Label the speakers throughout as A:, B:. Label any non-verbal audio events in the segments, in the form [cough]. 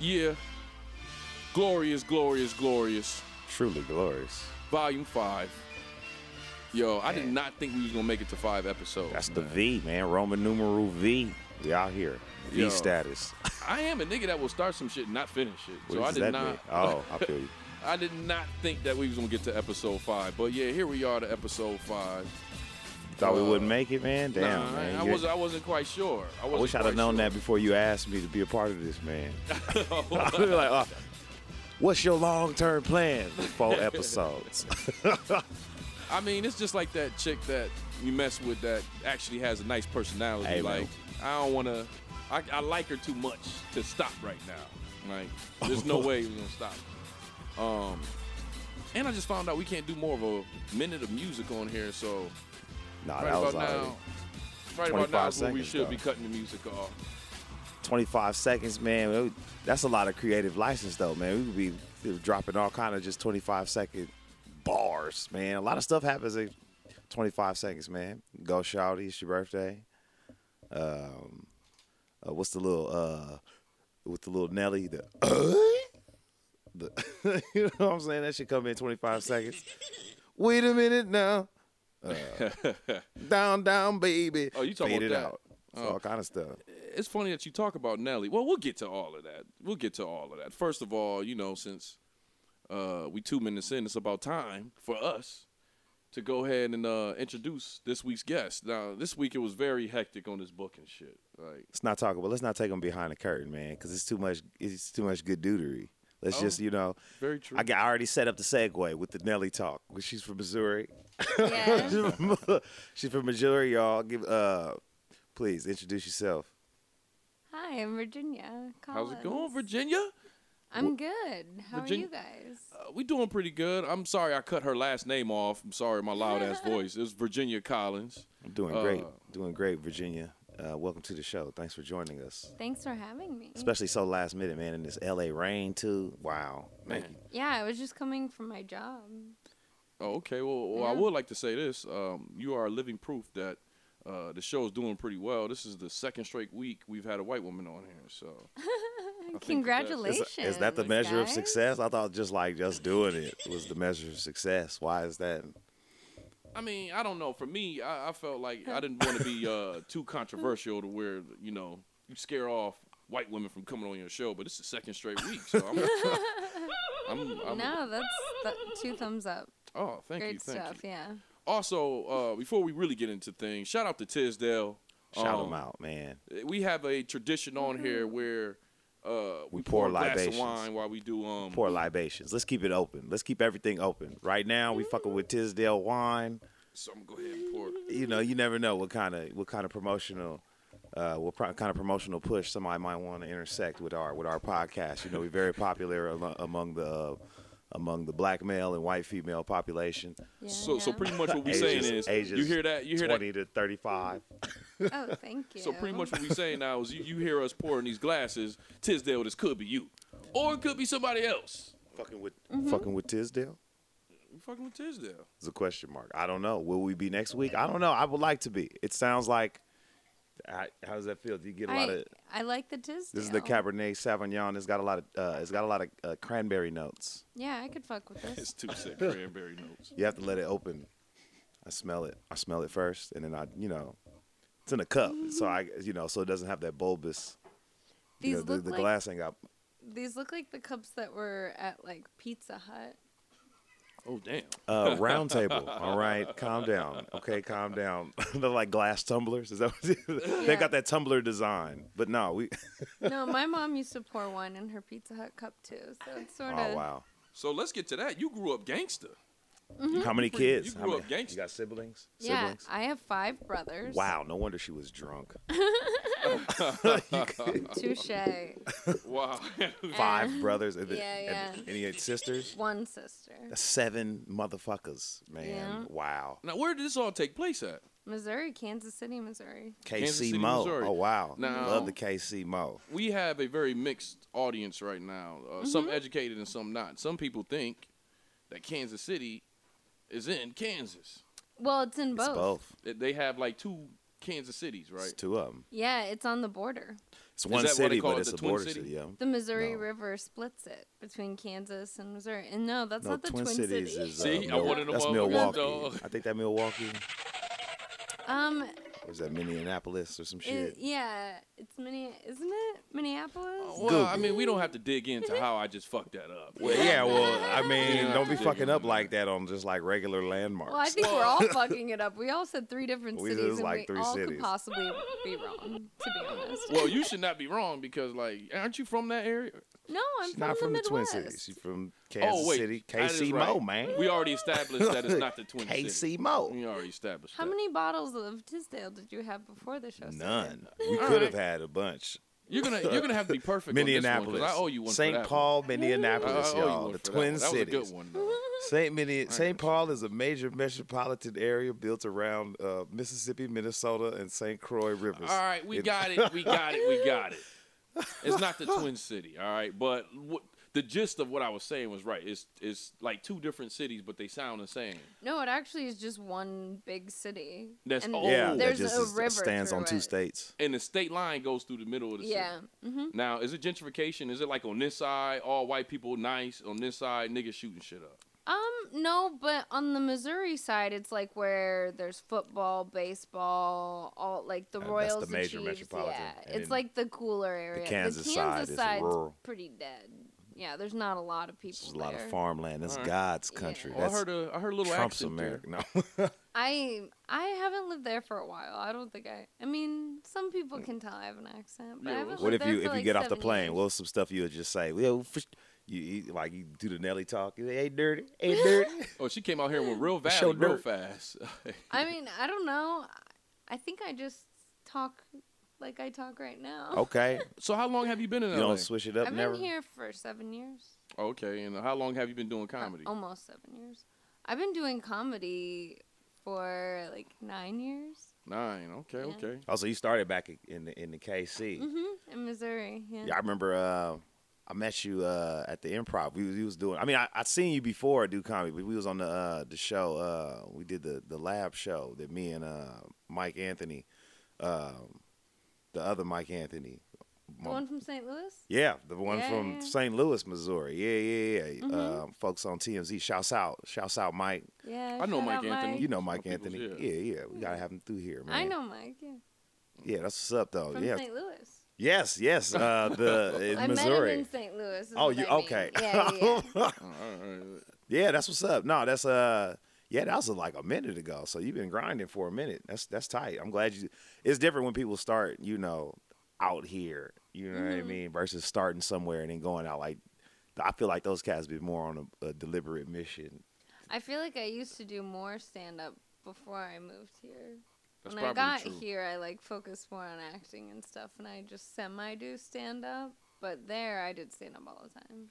A: Yeah. Glorious, glorious, glorious.
B: Truly glorious.
A: Volume five. Yo, I did
B: Man.
A: not think we was gonna make it to five episodes.
B: That's the
A: man.
B: V, man. Roman numeral V. We out here. V
A: Yo. [laughs]
B: status.
A: I am a nigga that will start some shit and not finish it.
B: What
A: So I
B: does
A: did
B: that
A: not.
B: mean? Oh, I feel
A: [laughs]
B: you.
A: I did not think that we was gonna get to episode five, but yeah, here we are to episode five.
B: Thought we
A: Uh,
B: wouldn't make it, man. Damn,
A: nah,
B: man.
A: I, I
B: You-
A: wasn't. I wasn't quite sure. I,
B: I
A: wasn't
B: wish I'd have
A: quite
B: known
A: sure.
B: that before you asked me to be a part of this,
A: [laughs]
B: man. [laughs] I'd be like, uh, what's your long-term
A: [laughs]
B: plan? Four episodes.
A: I mean, it's just like that chick that you mess with that actually has a nice personality.
B: Hey, man.
A: like, I don't want to. I, I like her too much to stop right now. Like, there's
B: [laughs]
A: no way we're gonna stop. Um, and I just found out we can't do more of a minute of music on here, so
B: nah,
A: right
B: that
A: about
B: was
A: now,
B: all.
A: right about now
B: 25
A: is when we
B: seconds,
A: should
B: though.
A: be cutting the music off.
B: 25 seconds, man. It- That's a lot of creative license, though, man. We could be dropping all kind of just 25 second bars, man. A lot of stuff happens in 25 seconds, man. Go shouty, it's your birthday. Um, uh, what's the little uh, with the little Nelly? The, [clears throat] the [laughs] you know what I'm saying? That should come in 25 seconds. Wait a minute now.
A: [laughs]
B: Uh, down, down, baby.
A: Oh, you talking
B: Fade
A: about
B: it
A: that. Oh.
B: out? It's all kind of stuff.
A: it's funny that you talk about Nelly. Well, we'll get to all of that. We'll get to all of that. First of all, you know, since uh, we two minutes in, it's about time for us to go ahead and uh, introduce this week's guest. Now, this week it was very hectic on this book and shit. Like,
B: let's not talk about let's not take them behind the curtain, man, because it's too much. It's too much good dudery. Let's just you know.
A: very Oh, true.
B: I got I already set up the segue with the Nelly talk. 'cause She's
A: [laughs]
B: from Missouri. [laughs]
C: Yeah.
B: She's from- She's from Missouri, y'all. Give uh, please introduce yourself.
C: Hi, I'm Virginia.
A: How's it going,
C: Collins.
A: Virginia?
C: I'm good. How
A: Virgin-
C: are you guys?
A: Uh, we doing pretty good. I'm sorry I cut her last name off. I'm sorry my loud
B: [laughs]
A: ass voice. It was Virginia Collins.
B: I'm doing great.
A: Uh,
B: Doing great, Virginia. Uh, welcome to the show. Thanks for joining us.
C: Thanks for having me.
B: Especially so last minute, man, in this LA rain too. Wow. Thank
A: Man.
B: you.
C: yeah, I was just coming from my job.
A: Oh, okay. Well, well I
C: Yeah.
A: would like to say this. Um, you are living proof that uh, the show is doing pretty well. This is the second straight week we've had a white woman on here. So
B: Is,
C: Congratulations.
B: is that the measure of
C: guys.
B: success? I thought just like just doing it was the measure of success. Why is that?
A: I mean, I don't know. For me, I, I felt like I didn't want to be
C: [laughs]
A: uh, too controversial to where you know you scare off white women from coming on your show. But it's the second straight week, so
C: [laughs]
A: I'm. I'm, I'm
C: No, that's th- two thumbs up.
A: Oh, thank
C: Great
A: you, thank
C: stuff.
A: you.
C: Yeah.
A: Also, uh, before we really get into things, shout out to Tisdale.
B: Shout
A: Um,
B: them out, man.
A: we have a tradition on here where uh, we,
B: We
A: pour,
B: pour
A: a glass of
B: libations.
A: wine while we do um.
B: Pour libations. Let's keep it open. Let's keep everything open. Right now, we fucking with Tisdale wine.
A: So I'm gonna go ahead and pour.
B: You know, you never know what kind of what kind of promotional, uh, what pro- kind of promotional push somebody might want to intersect with our with our podcast. You know, we're very popular alo- among the uh, among the black male and white female population.
C: yeah
A: So so
C: yeah.
A: pretty much what we're
B: Ages-
A: saying is
B: ages
A: you hear that you hear
B: Twenty
A: that.
B: to thirty five.
C: Oh, thank
B: [laughs]
C: you.
A: So pretty much what we're saying now is you, you hear us pouring these glasses. Tisdale, this could be you, or it could be somebody else.
B: Fucking with fucking with Tisdale.
A: We fucking with Tisdale.
B: is a question mark. I don't know. Will we be next week? I don't know. I would like to be. It sounds like. I, how does that feel? Do you get a lot
C: I,
B: of?
C: I like the Tisdale.
B: This is the Cabernet Sauvignon. It's got a lot of. Uh, it's got a lot of uh, cranberry notes.
C: Yeah, I could fuck with
A: It's [laughs]
C: this.
A: two sick cranberry notes.
B: You have to let it open. I smell it. I smell it first, and then I, you know, it's in a cup, so I, you know, so it doesn't have that bulbous.
C: These
B: you know, the,
C: look
B: the
C: like
B: glass ain't got.
C: these look like the cups that were at like Pizza Hut.
A: Oh damn.
B: Uh, round
C: [laughs]
B: table. All right, calm down. Okay, calm down. [laughs] They're like glass tumblers. Is that what it is? They
C: Yeah.
B: got that tumbler design, but no, we.
C: No, my mom used to pour one in her Pizza Hut cup too, so
B: [laughs]
C: it's sort of
B: Oh wow.
A: So let's get to that. You grew up gangster.
B: How many kids?
A: you
B: How
A: grew
B: many-
A: up gangsta.
B: You got siblings?
C: Mm-hmm. Yeah,
B: Siblings?
C: I have five brothers.
B: Wow, no wonder she was drunk.
C: [laughs]
B: [laughs]
C: Touche.
A: Wow. [laughs]
C: [laughs]
B: Five brothers and, then-
C: yeah,
B: and any sisters?
C: One sister.
B: That's Seven motherfuckers, man.
C: Yeah.
B: Wow.
A: now where did this all take place at?
C: Missouri, Kansas City, Missouri.
A: Kansas
B: KC
A: City,
B: Mo.
A: Missouri.
B: Oh wow.
A: Now-
B: Love the KC Mo.
A: we have a very mixed audience right now. Uh, Some
B: Mm-hmm.
A: educated and some not. Some people think that Kansas City is in Kansas.
C: Well, it's in both.
B: It's both.
A: That They have like two Kansas cities, right?
B: It's two of them.
C: Yeah, it's on the border.
B: It's one
A: that what they
B: city,
A: call
B: but
A: it,
B: it's
A: the
B: a
A: Twin
B: border
A: City?
B: city. Yeah.
C: The Missouri
B: No.
C: River splits it between Kansas and Missouri. And no, that's
B: No,
C: not the Twin, Cities.
B: is uh,
A: See, I
B: Mil-
A: wanted to
B: that's
A: walk with
B: Milwaukee.
A: dog.
B: I think that Milwaukee
C: [laughs] um,
B: or is that Minneapolis or some
C: it,
B: shit.
C: yeah, it's Minne, isn't it Minneapolis?
B: Oh.
A: Well, I mean, we don't have to dig into how I just fucked that up.
B: Well, [laughs] yeah, well,
C: [laughs]
B: I
A: Yeah.
B: mean, don't be
A: Yeah.
B: fucking up like that on just like regular landmarks.
C: Well, I think
B: [laughs]
C: we're all fucking it up. We all said three different
B: We-
C: cities,
B: there's
C: and
B: like
C: we
B: three
C: all could
B: cities.
C: possibly be wrong. To be honest,
A: Well, you should not be wrong because, like, aren't you from that area?
C: no, I'm
B: She's
C: from
B: not
C: the
B: from the,
C: Midwest.
B: Twin Cities. She's from Kansas
A: oh wait,
B: City,
A: that is
B: KC
A: right.
B: Mo, man.
A: We already established that it's
B: [laughs]
A: not the Twin
B: KC
A: Cities.
B: Mo.
A: We already established.
C: How
A: that.
C: many bottles of Tisdale did you have before the show? started?
B: None. We
A: All
B: could
A: right.
B: have had a bunch.
A: You're gonna you're gonna have to be perfect.
B: Minneapolis,
A: on this one, 'cause I owe you one. for
B: St.
A: that
B: Paul,
A: one. I
B: Minneapolis,
A: owe you
B: y'all,
A: one
B: the
A: for that
B: Twin
A: one.
B: Cities.
A: That was a good one.
C: Mm-hmm.
A: though.
B: St. Mini- St. Paul is a major metropolitan area built around uh, Mississippi, Minnesota, and St. Croix rivers.
A: All right, we
B: It-
A: got it. We got it. We got it. It's not the Twin City, all right. But what, the gist of what I was saying was right. It's it's like two different cities, but they sound the same.
C: No, it actually is just one big city.
A: That's
C: and
A: all.
B: Yeah, that
C: there's
B: just
C: a
B: is-
C: river
B: stands on
C: through
B: two
C: it.
B: states.
A: And the state line goes through the middle of the
C: Yeah.
A: city.
C: hmm
A: Now, is it gentrification? Is it like on this side, all white people nice? On this side, niggas shooting shit up.
C: Um, no, but on the Missouri side, it's like where there's football, baseball, all like the
B: Uh, that's the
C: Royals. and
B: major
C: Chiefs,
B: metropolitan.
C: Yeah,
B: And
C: it's
B: then
C: like the cooler area.
B: Kansas side is
C: side's
B: rural.
C: pretty dead. Yeah, there's not a lot of people
B: There's a lot
C: there.
B: of farmland. That's
A: All right.
B: God's
C: Yeah.
B: country.
A: Oh, I
B: That's
A: heard a I heard a little
B: Trump's
A: accent there.
C: [laughs]
B: America. No.
C: I I haven't lived there for a while. I don't think I. I mean, some people can tell I have an accent, but I
A: Yeah,
C: haven't
B: what
C: lived
B: if you
C: there
B: if
C: for
B: you
C: like
B: get off the
C: seven
B: plane?
C: years.
B: What's some stuff you would just say? Well, fish- you, you like you do the Nelly talk. You say, ain't dirty,
C: [laughs]
B: ain't dirty.
A: Oh, she came out here with real
B: Show
A: valley, real
B: dirt.
A: fast. [laughs]
C: I mean, I don't know. I think I just talk like I talk right now.
B: okay,
A: so, how long have you been in
B: you
A: LA?
B: don't switch it up.
C: [laughs] I've
B: Oh, never.
C: been here for seven years.
A: Okay, and how long have you been doing
C: Uh,
A: comedy?
C: almost seven years. I've been doing comedy for like nine years.
A: Nine. Okay,
C: Yeah.
A: okay.
B: Also, Oh, you started back in the in the KC.
C: hmm In Missouri. Yeah.
B: Yeah, I remember uh, I met you uh, at the improv. We was, we was doing. I mean, I I seen you before do comedy, but we was on the uh, the show. Uh, we did the the lab show that me and uh, Mike Anthony, um, the other Mike Anthony.
C: The one from St. Louis.
B: yeah, the one
C: Yeah,
B: from
C: yeah.
B: St. Louis, Missouri. Yeah, yeah, yeah.
C: Mhm.
B: Uh, folks on TMZ, shouts out, shouts out, Mike.
C: Yeah.
A: I know
C: shout
A: Mike
C: out
A: Anthony.
B: You know Mike
A: Some people's,
B: Anthony.
A: yeah.
B: Yeah. yeah, We gotta have him through here, man.
C: Mm-hmm. I know Mike. Yeah.
B: Yeah, that's what's up, though.
C: From
B: Oh, yeah.
C: St. Louis.
B: Yes, yes.
C: [laughs]
B: Uh, the in
C: I
B: Missouri.
C: met him in St. Louis. is
B: oh,
C: what
B: you
C: I mean.
B: okay?
C: Yeah,
B: [laughs]
C: yeah,
B: yeah.
A: All right, all right.
B: that's what's up. No, that's uh, yeah, that was uh, like a minute ago. So you've been grinding for a minute. That's that's tight. I'm glad you. It's different when people start, you know, out here. You know what I
C: Mhm.
B: mean? Versus starting somewhere and then going out like. I feel like those cats be more on a, a deliberate mission.
C: I feel like I used to do more stand up before I moved here.
A: That's
C: when I
A: probably
C: got
A: true.
C: here, I like focused more on acting and stuff, and I just semi do stand up. But there, I did stand up all the time.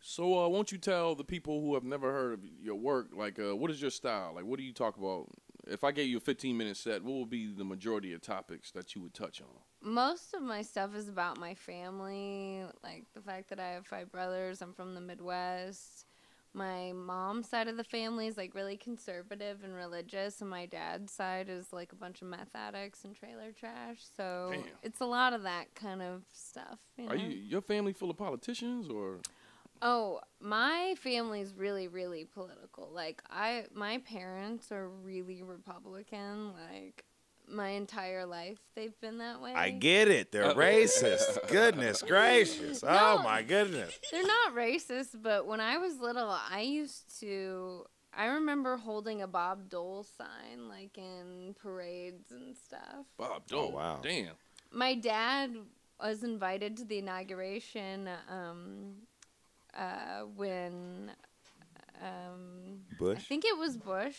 A: So, uh, won't you tell the people who have never heard of your work, like, uh, what is your style? Like, what do you talk about? If I gave you a 15 minute set, what would be the majority of topics that you would touch on?
C: most of my stuff is about my family, like the fact that I have five brothers. I'm from the Midwest. My mom's side of the family is like really conservative and religious, and my dad's side is like a bunch of meth addicts and trailer trash. So
A: Damn.
C: it's a lot of that kind of stuff. You know?
A: Are you your family full of politicians or?
C: Oh, my family's really, really political. Like I, my parents are really Republican. Like my entire life, they've been that way.
B: I get it. They're
A: Uh-oh.
B: racist. goodness gracious.
C: No.
B: Oh my
C: [laughs]
B: goodness.
C: They're not racist, but when I was little, I used to. I remember holding a Bob Dole sign, like in parades and stuff.
A: Bob Dole.
B: wow.
A: Damn.
C: My dad was invited to the inauguration um, uh, when um, I
B: Bush.
C: think it was Bush.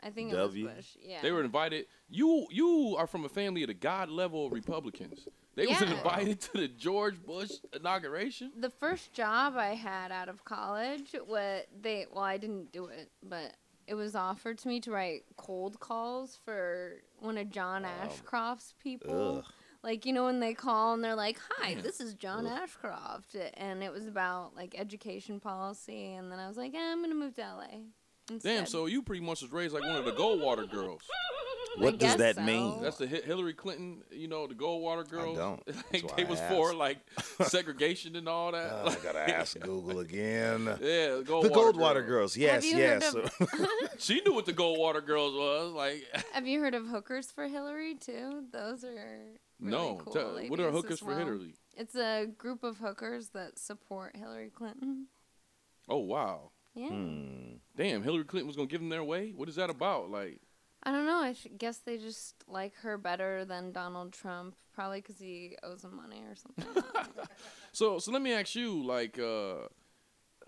C: I think
B: W.
C: it was Bush. Yeah.
A: They were invited. You you are from a family of the god level Republicans. They was
C: Yeah.
A: invited to the George Bush inauguration.
C: the first job I had out of college was they well I didn't do it, but it was offered to me to write cold calls for one of John Ashcroft's people.
B: Ugh.
C: Like you know when they call and they're like, "Hi,
A: Yeah.
C: this is John
B: Ugh.
C: Ashcroft," and it was about like education policy, and then I was like, eh, "I'm gonna move to LA." Instead.
A: Damn. So you pretty much was raised like one of the Goldwater girls.
B: What does
C: guess
B: that
C: so.
B: mean?
A: That's the Hi- Hillary Clinton, you know, the Goldwater girls.
B: don't. That's
A: [laughs] Like,
B: why
A: they
B: I
A: was
B: asked.
A: for
B: [laughs]
A: like segregation and all that.
B: Oh, I
A: Like,
B: gotta ask Google again.
A: [laughs] yeah, the Goldwater,
B: the Goldwater
A: girls.
B: Girls. Yes,
C: you heard
B: yes. [laughs]
C: of-
A: She knew what the Goldwater girls was. Like, [laughs]
C: Have you heard of hookers for Hillary too? Those are really
A: no.
C: Cool
A: tell- what are
C: ladies as
A: hookers for
C: well.
A: Hillary?
C: It's a group of hookers that support Hillary Clinton.
A: Oh wow,
C: Yeah,
B: Hmm.
A: damn! Hillary Clinton was gonna give them their way. What is that about? Like,
C: I don't know. I sh- guess they just like her better than Donald Trump, probably because he owes them money or something.
A: so so let me ask you, like, uh,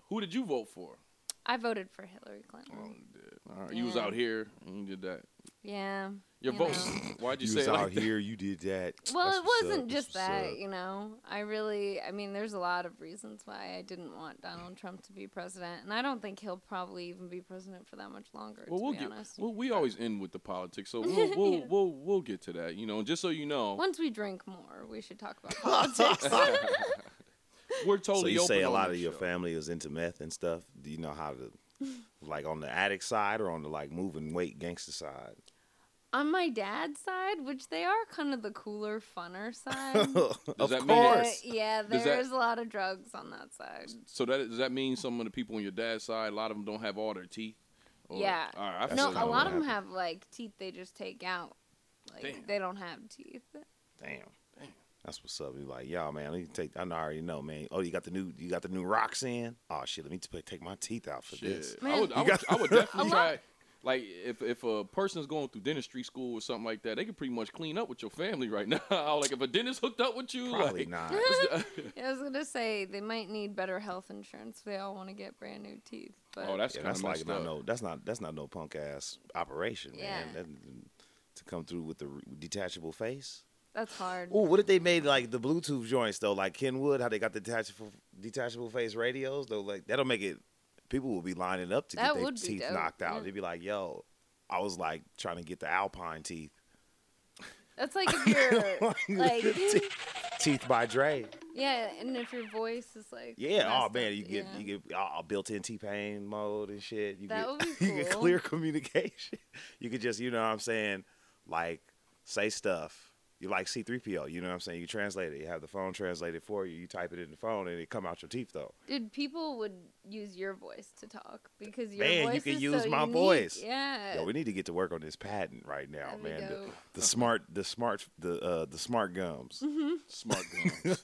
A: who did you vote for?
C: I voted for Hillary Clinton.
A: Oh, you did. All right, you was
C: Mm. Yeah.
A: out here and you did that.
C: Yeah.
A: Your
C: You
A: vote.
C: know.
A: Why'd you,
B: You
A: say
B: was
A: it like
B: out
A: that?
B: here. You did that.
C: Well,
B: That's
C: it
B: what's
C: wasn't
B: up, that's
C: just
B: what's
C: that,
B: up.
C: you know. I really, I mean, there's a lot of reasons why I didn't want Donald Trump to be president, and I don't think he'll probably even be president for that much longer.
A: Well,
C: to
A: we'll
C: be
A: get.
C: honest.
A: Well, we always end with the politics,
C: [laughs]
A: so we'll we'll,
C: Yeah.
A: we'll we'll get to that. You know, and just so you know,
C: Once we drink more, we should talk about politics.
A: [laughs] we're totally.
B: so you
A: open
B: say a
A: on
B: lot
A: this
B: of your
A: show.
B: family is into meth and stuff. Do you know how
C: [laughs]
B: to, like, on the addict side or on the like moving weight gangster side? [laughs]
C: On my dad's side, which they are kind of the cooler, funner side.
B: of
A: that mean-
C: but
B: course.
C: yeah,
A: Does that-
C: there's a lot of drugs on that side.
A: So that does that mean some of the people on your dad's side, a lot of them don't have all their teeth? Or-
C: Yeah.
A: All right, I
C: no,
A: feel
B: kinda
C: a
A: you.
C: lot
B: what
C: of them
B: happened.
C: have like teeth they just take out. Like
A: Damn.
C: they don't have teeth.
B: [laughs] Damn. That's what's up. You like, y'all, man. Let me take. I know- I already know, man. Oh, you got the new, you got the new rocks in. Oh shit, let me t- take my teeth out for this.
A: Shit. I
C: Man.
A: would, I
B: You
A: would,
B: got-
A: I would definitely
C: [laughs] A lot-
A: try. Like if if a person's going through dentistry school or something like that, they could pretty much clean up with your family right now. [laughs] like if a dentist hooked up with you, [laughs]
B: Probably
C: [laughs]
A: like,
B: not.
C: I was gonna say they might need better health insurance. They all want to get brand new teeth. But
A: Oh, that's
B: Yeah,
A: kind
B: that's
A: of
B: like
A: messed
B: not
A: up.
B: no. That's not. That's not no punk ass operation, man.
C: Yeah.
B: That- to come through with the re- detachable face.
C: that's hard.
B: Ooh, what if they made like the Bluetooth joints though, like Kenwood, how they got the detachable detachable face radios though, like that'll make it. People will be lining up to
C: That
B: get their
C: would be
B: teeth
C: dope,
B: knocked out.
C: yeah.
B: They'd be like, "Yo, I was like trying to get the Alpine teeth,
C: That's
B: [laughs]
C: like if you're Er, like [laughs]
B: teeth by Dre."
C: yeah, and if your voice is like
B: Yeah. Oh
C: messed
B: man,
C: up,
B: you get
C: yeah.
B: you get all built-in T-Pain mode and shit. You
C: That
B: get
C: would
B: [laughs]
C: be
B: you get
C: cool.
B: clear communication. [laughs] You could just, you know what I'm saying, like say stuff. You like C3PO, you know what I'm saying? You translate it. You have the phone translated for you. You type it in the phone and it come out your teeth though.
C: dude. People would use your voice to talk because your
B: Man, you
C: voice
B: could
C: is
B: use
C: so
B: my
C: unique.
B: voice.
C: Yeah,
B: Yo, we need to get to work on this patent right now,
C: That'd be
B: man. The,
C: dope.
B: the smart the smart the uh the smart
C: [laughs]
B: gums.
A: smart gums.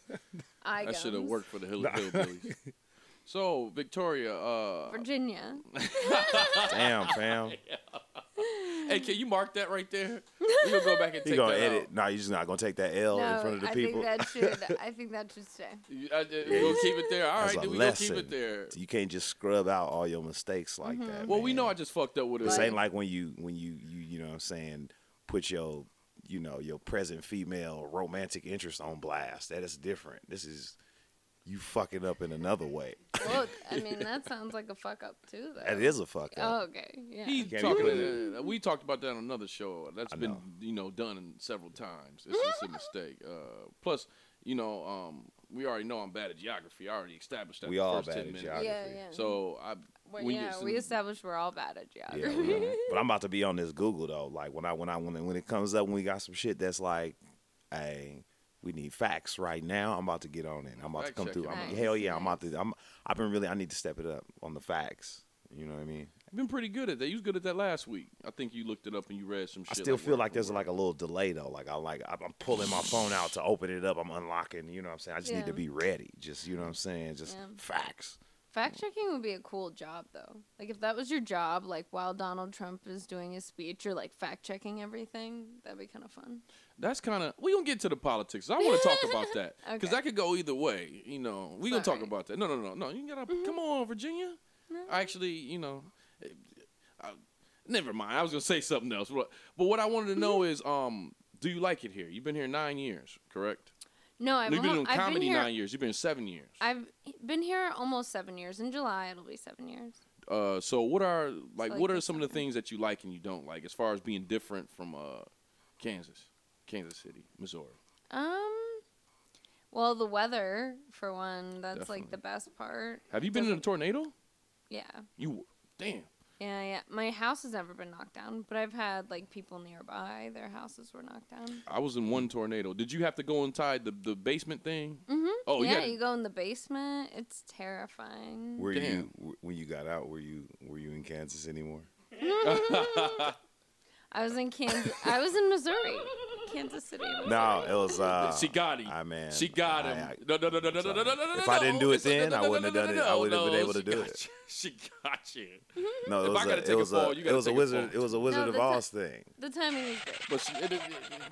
C: I
A: that should have
C: gums.
A: worked for the Hill- hillbillies.
B: [laughs]
A: so Victoria, uh,
C: Virginia.
B: Damn, fam.
A: hey, can you mark that right there? We gonna go
B: [laughs]
A: back and
B: You
A: take
B: gonna
A: that
B: edit.
A: out.
B: Nah, you're just not gonna take that L
C: no,
B: in front of the
C: I
B: people.
C: think that should.
B: [laughs]
C: I think that should stay.
A: You- I- I- We'll keep it there. All
B: That's
A: right,
B: a
A: then we gonna keep
B: lesson.
A: it there.
B: You can't just scrub out all your mistakes like
C: Mm-hmm.
B: that.
A: Well, we
B: man.
A: know I just fucked up with
B: This
A: a
C: Right.
B: ain't like when you when you you you know what I'm saying put your you know your present female romantic interest on blast. That is different. This is you fucking up in another way. [laughs]
C: Well, I mean that sounds like a fuck up too, though.
B: That is a fuck
C: Oh,
B: up.
C: okay. Yeah.
A: He
B: Can't
A: talked
B: even-
A: about that- we talked about that on another show. That's
B: I
A: been
B: know.
A: you know done several times. It's
C: [laughs]
A: just a mistake. Uh, plus, you know, um, we already know I'm bad at geography. I already established that.
B: We
A: the
B: all
A: first
B: bad
A: 10
B: at
A: minutes.
B: geography.
C: Yeah, yeah.
A: So I,
C: Well,
A: when you-
C: yeah, we established we're all bad at
B: Yeah,
C: geography.
B: we are. but I'm about to be on this Google though. Like when I when I when it, when it comes up when we got some shit that's like, hey, we need facts right now. I'm about to get on it. I'm about to
A: Fact
B: come through.
A: checking.
B: I'm,
C: Nice,
B: hell yeah, I'm about to. I'm. I've been really. I need to step it up on the facts. You know what I mean?
A: I've been pretty good at that. You was good at that last week. I think you looked it up and you read some
B: I
A: shit.
B: still feel
A: word
B: like
A: for
B: there's
A: word.
B: like a little delay though. Like I like I'm I'm pulling my phone out to open it up. I'm unlocking. You know what I'm saying? I just need
C: Yeah.
B: to be ready. Just you know what I'm saying? Just
C: Yeah.
B: facts.
C: [laughs]
A: Mm-hmm.
C: Fact checking would be a cool job, though. Like, if that was your job, like, while Donald Trump is doing his speech, you're like fact checking everything. That'd be kind of fun.
A: That's kind of we gonna get to the politics. I want to talk about that because
C: [laughs] Okay.
A: that could go either way. You know, we gonna talk
C: Sorry. Mm-hmm.
A: about that. No, no, no, no. You gotta come on, Virginia. I actually, you know, I, never mind. I was gonna say something else, but but what I wanted to
C: Mm-hmm.
A: know is, um, do you like it here? You've been here nine years, correct?
C: No,
A: No,
C: I've,
A: You've been
C: hel-
A: doing
C: I've been
A: comedy
C: here.
A: nine years. You've been here seven years.
C: I've been here almost seven years. In July, it'll be seven years.
A: uh, so what are like
C: like
A: what are
C: the
A: some of the
C: seven.
A: things that you like and you don't like as far as being different from uh, Kansas, Kansas City, Missouri?
C: Um, well, the weather for one. That's
A: Definitely.
C: like the best part.
A: Have you been in a tornado?
C: Yeah.
A: You damn.
C: Yeah, yeah. My house has never been knocked down, but I've had like people nearby, their houses were knocked down.
A: I was in one tornado. Did you have to go inside the, the basement thing?
C: Mm-hmm.
A: Oh,
C: yeah,
A: yeah.
C: you go in the basement. It's terrifying.
D: Were
A: Damn.
D: you when you got out? Were you were you in Kansas anymore?
C: I was in Kansas. I was in Missouri, Kansas City.
B: No, it was.
A: [laughs]
B: Uh,
A: she got him.
B: I mean,
A: she got him.
B: I- I-
A: no, no, no, no, no, no, no, no, no.
B: If I didn't do it
A: It's a-
B: then,
A: no,
B: I
A: no,
B: wouldn't have
A: no,
B: done
A: no,
B: it. I wouldn't have
A: no,
B: been able to
A: she
B: do
A: got
B: it.
A: you. [laughs] She got you.
B: no, it
A: if I
B: was
A: gotta
B: a,
A: take
B: it
A: a
B: was
A: fall,
B: a,
A: you
B: it
A: gotta
B: was a
A: take a
B: wizard,
A: fall.
B: it was a Wizard of
C: that's a-
B: Oz thing.
C: The timing is good.
A: But she, it, it,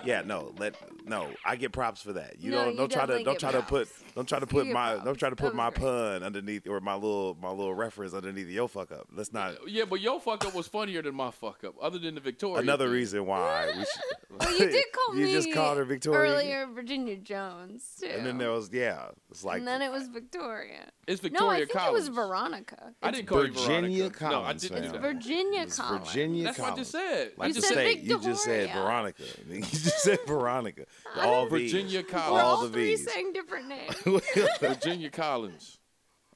B: Yeah, no, let no. I get props for that. You
C: No,
B: don't
C: you
B: don't try to
C: definitely
B: don't try
C: get
B: to put
C: props.
B: don't try to
C: You
B: put
C: get
B: my
C: props.
B: don't try to
C: That
B: put
C: was
B: my
C: great.
B: pun underneath or my little my little reference underneath your fuck up. Let's not.
A: yeah, but your fuck up was funnier than my fuck up. Other than the Victoria.
B: Another
A: thing.
B: reason why we should.
C: [laughs] Well,
B: [laughs]
C: you did call
B: You
C: me.
B: just called her Victoria.
C: Earlier, Virginia Jones too.
B: And then there was yeah, it's like
C: and then it was Victoria.
A: It's
C: no, I
A: Victoria
C: think
A: Collins.
C: it was Veronica.
A: I
C: It's
A: didn't call you
B: Virginia
A: Veronica. No, I
B: Collins,
A: didn't
B: fam.
A: do that.
C: Virginia
B: it's
C: Collins.
B: Virginia.
A: That's what I just
B: Collins.
A: said.
B: Like
C: You
A: I
B: the
A: just
C: said
B: state,
C: Vic
B: you just said
C: Dahlia.
B: Veronica. [laughs] You just said Veronica. All V's.
A: Virginia
C: We're
A: Collins.
C: all,
B: all the [laughs]
C: three
B: Vs.
C: saying different names.
A: [laughs] Virginia Collins.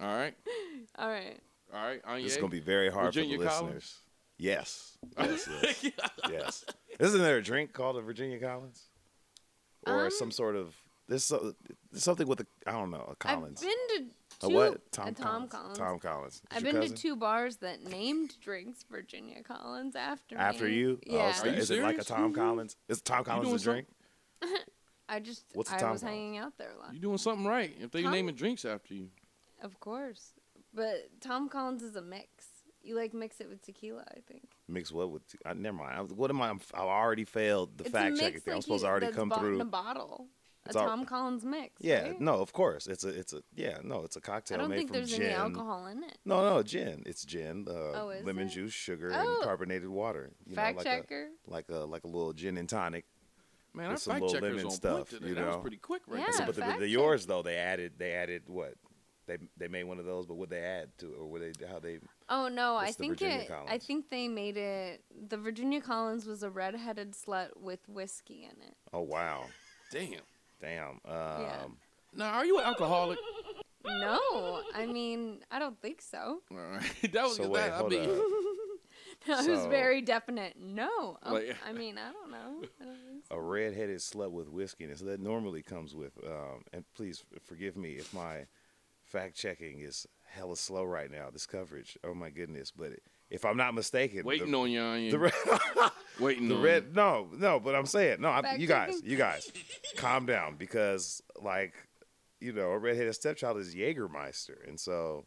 A: All right.
C: All right.
A: All right. Anya.
B: This is gonna be very hard
A: Virginia
B: for the
A: Collins?
B: listeners.
A: [laughs]
B: Yes, yes, yes,
A: Yeah.
B: yes. Isn't there a drink called a Virginia Collins, or
C: Um,
B: some sort of there's so, there's something with a I don't know a Collins.
C: I've been to
B: a
C: two.
B: what? Tom,
C: a Tom
B: Collins.
C: Collins.
B: Tom Collins. Is
C: I've
B: your
C: been to
B: cousin?
C: two bars that named drinks Virginia Collins after
B: After
C: me.
B: you?
C: Yeah.
B: Oh, it's-
A: Are you
B: is it like a
A: serious? Mm-hmm.
B: Tom Collins? Is Tom Collins
A: doing
B: a drink?
C: I just
B: What's a
C: I
B: Tom
C: was
B: Collins?
C: hanging out there a lot.
A: You doing something right if they
C: Tom-
A: naming drinks after you.
C: Of course. But Tom Collins is a mix. You like mix it with tequila, I think.
B: Mixed what with? I, never mind. I, what am I? I'm, I already failed the
C: it's
B: fact
C: a
B: checking
C: mix
B: thing.
C: like
B: I'm supposed
C: you-
B: to already
C: that's
B: come
C: bought in
B: through.
C: a bottle. A
B: It's all-
C: Tom Collins mix.
B: yeah,
C: right?
B: no, of course. It's a, it's a, yeah, no, it's a cocktail
C: I don't
B: made
C: think
B: from
C: there's
B: gin.
C: any alcohol in it.
B: No, no, gin. It's gin, uh,
C: Oh, is
B: lemon
C: it?
B: juice, sugar,
C: Oh.
B: and carbonated water. You
C: Fact
B: know, like uh,
C: checker.
B: A, like a like a little gin and tonic.
A: Man, our
B: With some
A: fact
B: little
A: checkers
B: lemon
A: on point
B: stuff,
A: today.
B: you
A: that was
B: know.
A: pretty quick right
C: Yeah.
A: there.
B: but the,
C: Ah, fact
B: the yours though, they added they added what? They they made one of those, but what they add to it, or what they how they?
C: Oh no, I
B: It's the
C: think
B: Virginia
C: it I
B: Collins.
C: think they made it the Virginia Collins was a redheaded slut with whiskey in it.
B: Oh wow,
A: Damn.
B: damn. Um,
A: Now, are you an alcoholic? [laughs]
C: No,
B: [laughs]
C: I mean I don't think so. [laughs]
A: All right. [laughs] That was
B: So
A: that.
B: wait,
A: I
B: hold
A: mean, [laughs]
B: up.
C: I was
B: So-
C: very definite. No, Um,
A: Like-
C: I mean I don't know. I don't think so.
B: a redheaded slut with whiskey, and so that normally comes with. Um, and please f- forgive me if my fact checking is hella slow right now. This coverage, oh my goodness! But if I'm not
A: [laughs]
B: mistaken,
A: waiting
B: the,
A: on you, Anya.
B: [laughs] the, red,
A: waiting
B: the
A: on
B: red, no, no. But I'm saying, no, I,
C: Fact
B: you guys,
C: checking?
B: you guys, calm down because like, you know, a redheaded stepchild is Jägermeister, and so,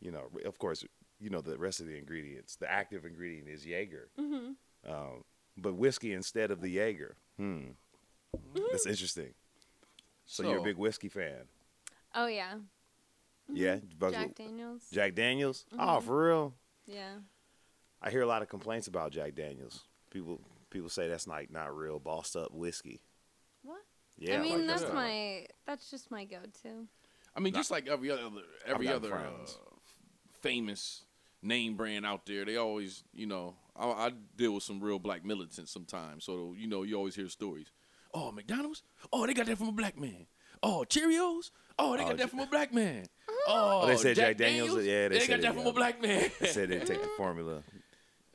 B: you know, of course, you know the rest of the ingredients. The active ingredient is Jaeger. [laughs]
C: Mm-hmm.
B: Um, but whiskey instead of the Jaeger. Hmm. That's interesting. So, you're a big whiskey fan.
C: Oh yeah,
B: Yeah? You fucks
C: Mm-hmm. Jack
B: with-
C: Daniels. Mm-hmm.
B: Jack Daniels? Oh, for real?
C: yeah,
B: I hear a lot of complaints about Jack Daniels. People people say that's like not real bossed up whiskey.
C: what?
B: Yeah.
C: I mean
B: like,
C: that's
A: that's-
C: my that's just my go-to.
A: I mean, just like every other every
B: got
A: other uh,
B: friends.
A: famous name brand out there, they always, you know, I, I deal with some real black militants sometimes. So you know, you always hear stories. Oh, McDonald's. Oh, they got that from a black man. Oh, Cheerios. Oh, they
B: Oh,
A: got
B: J-
A: that from a black man.
C: Mm-hmm.
A: Oh,
B: they said Jack Daniels? Yeah, they said
A: got
B: it,
A: that from
B: yeah.
A: a black man.
B: [laughs] They said they take the
C: [laughs]
B: formula.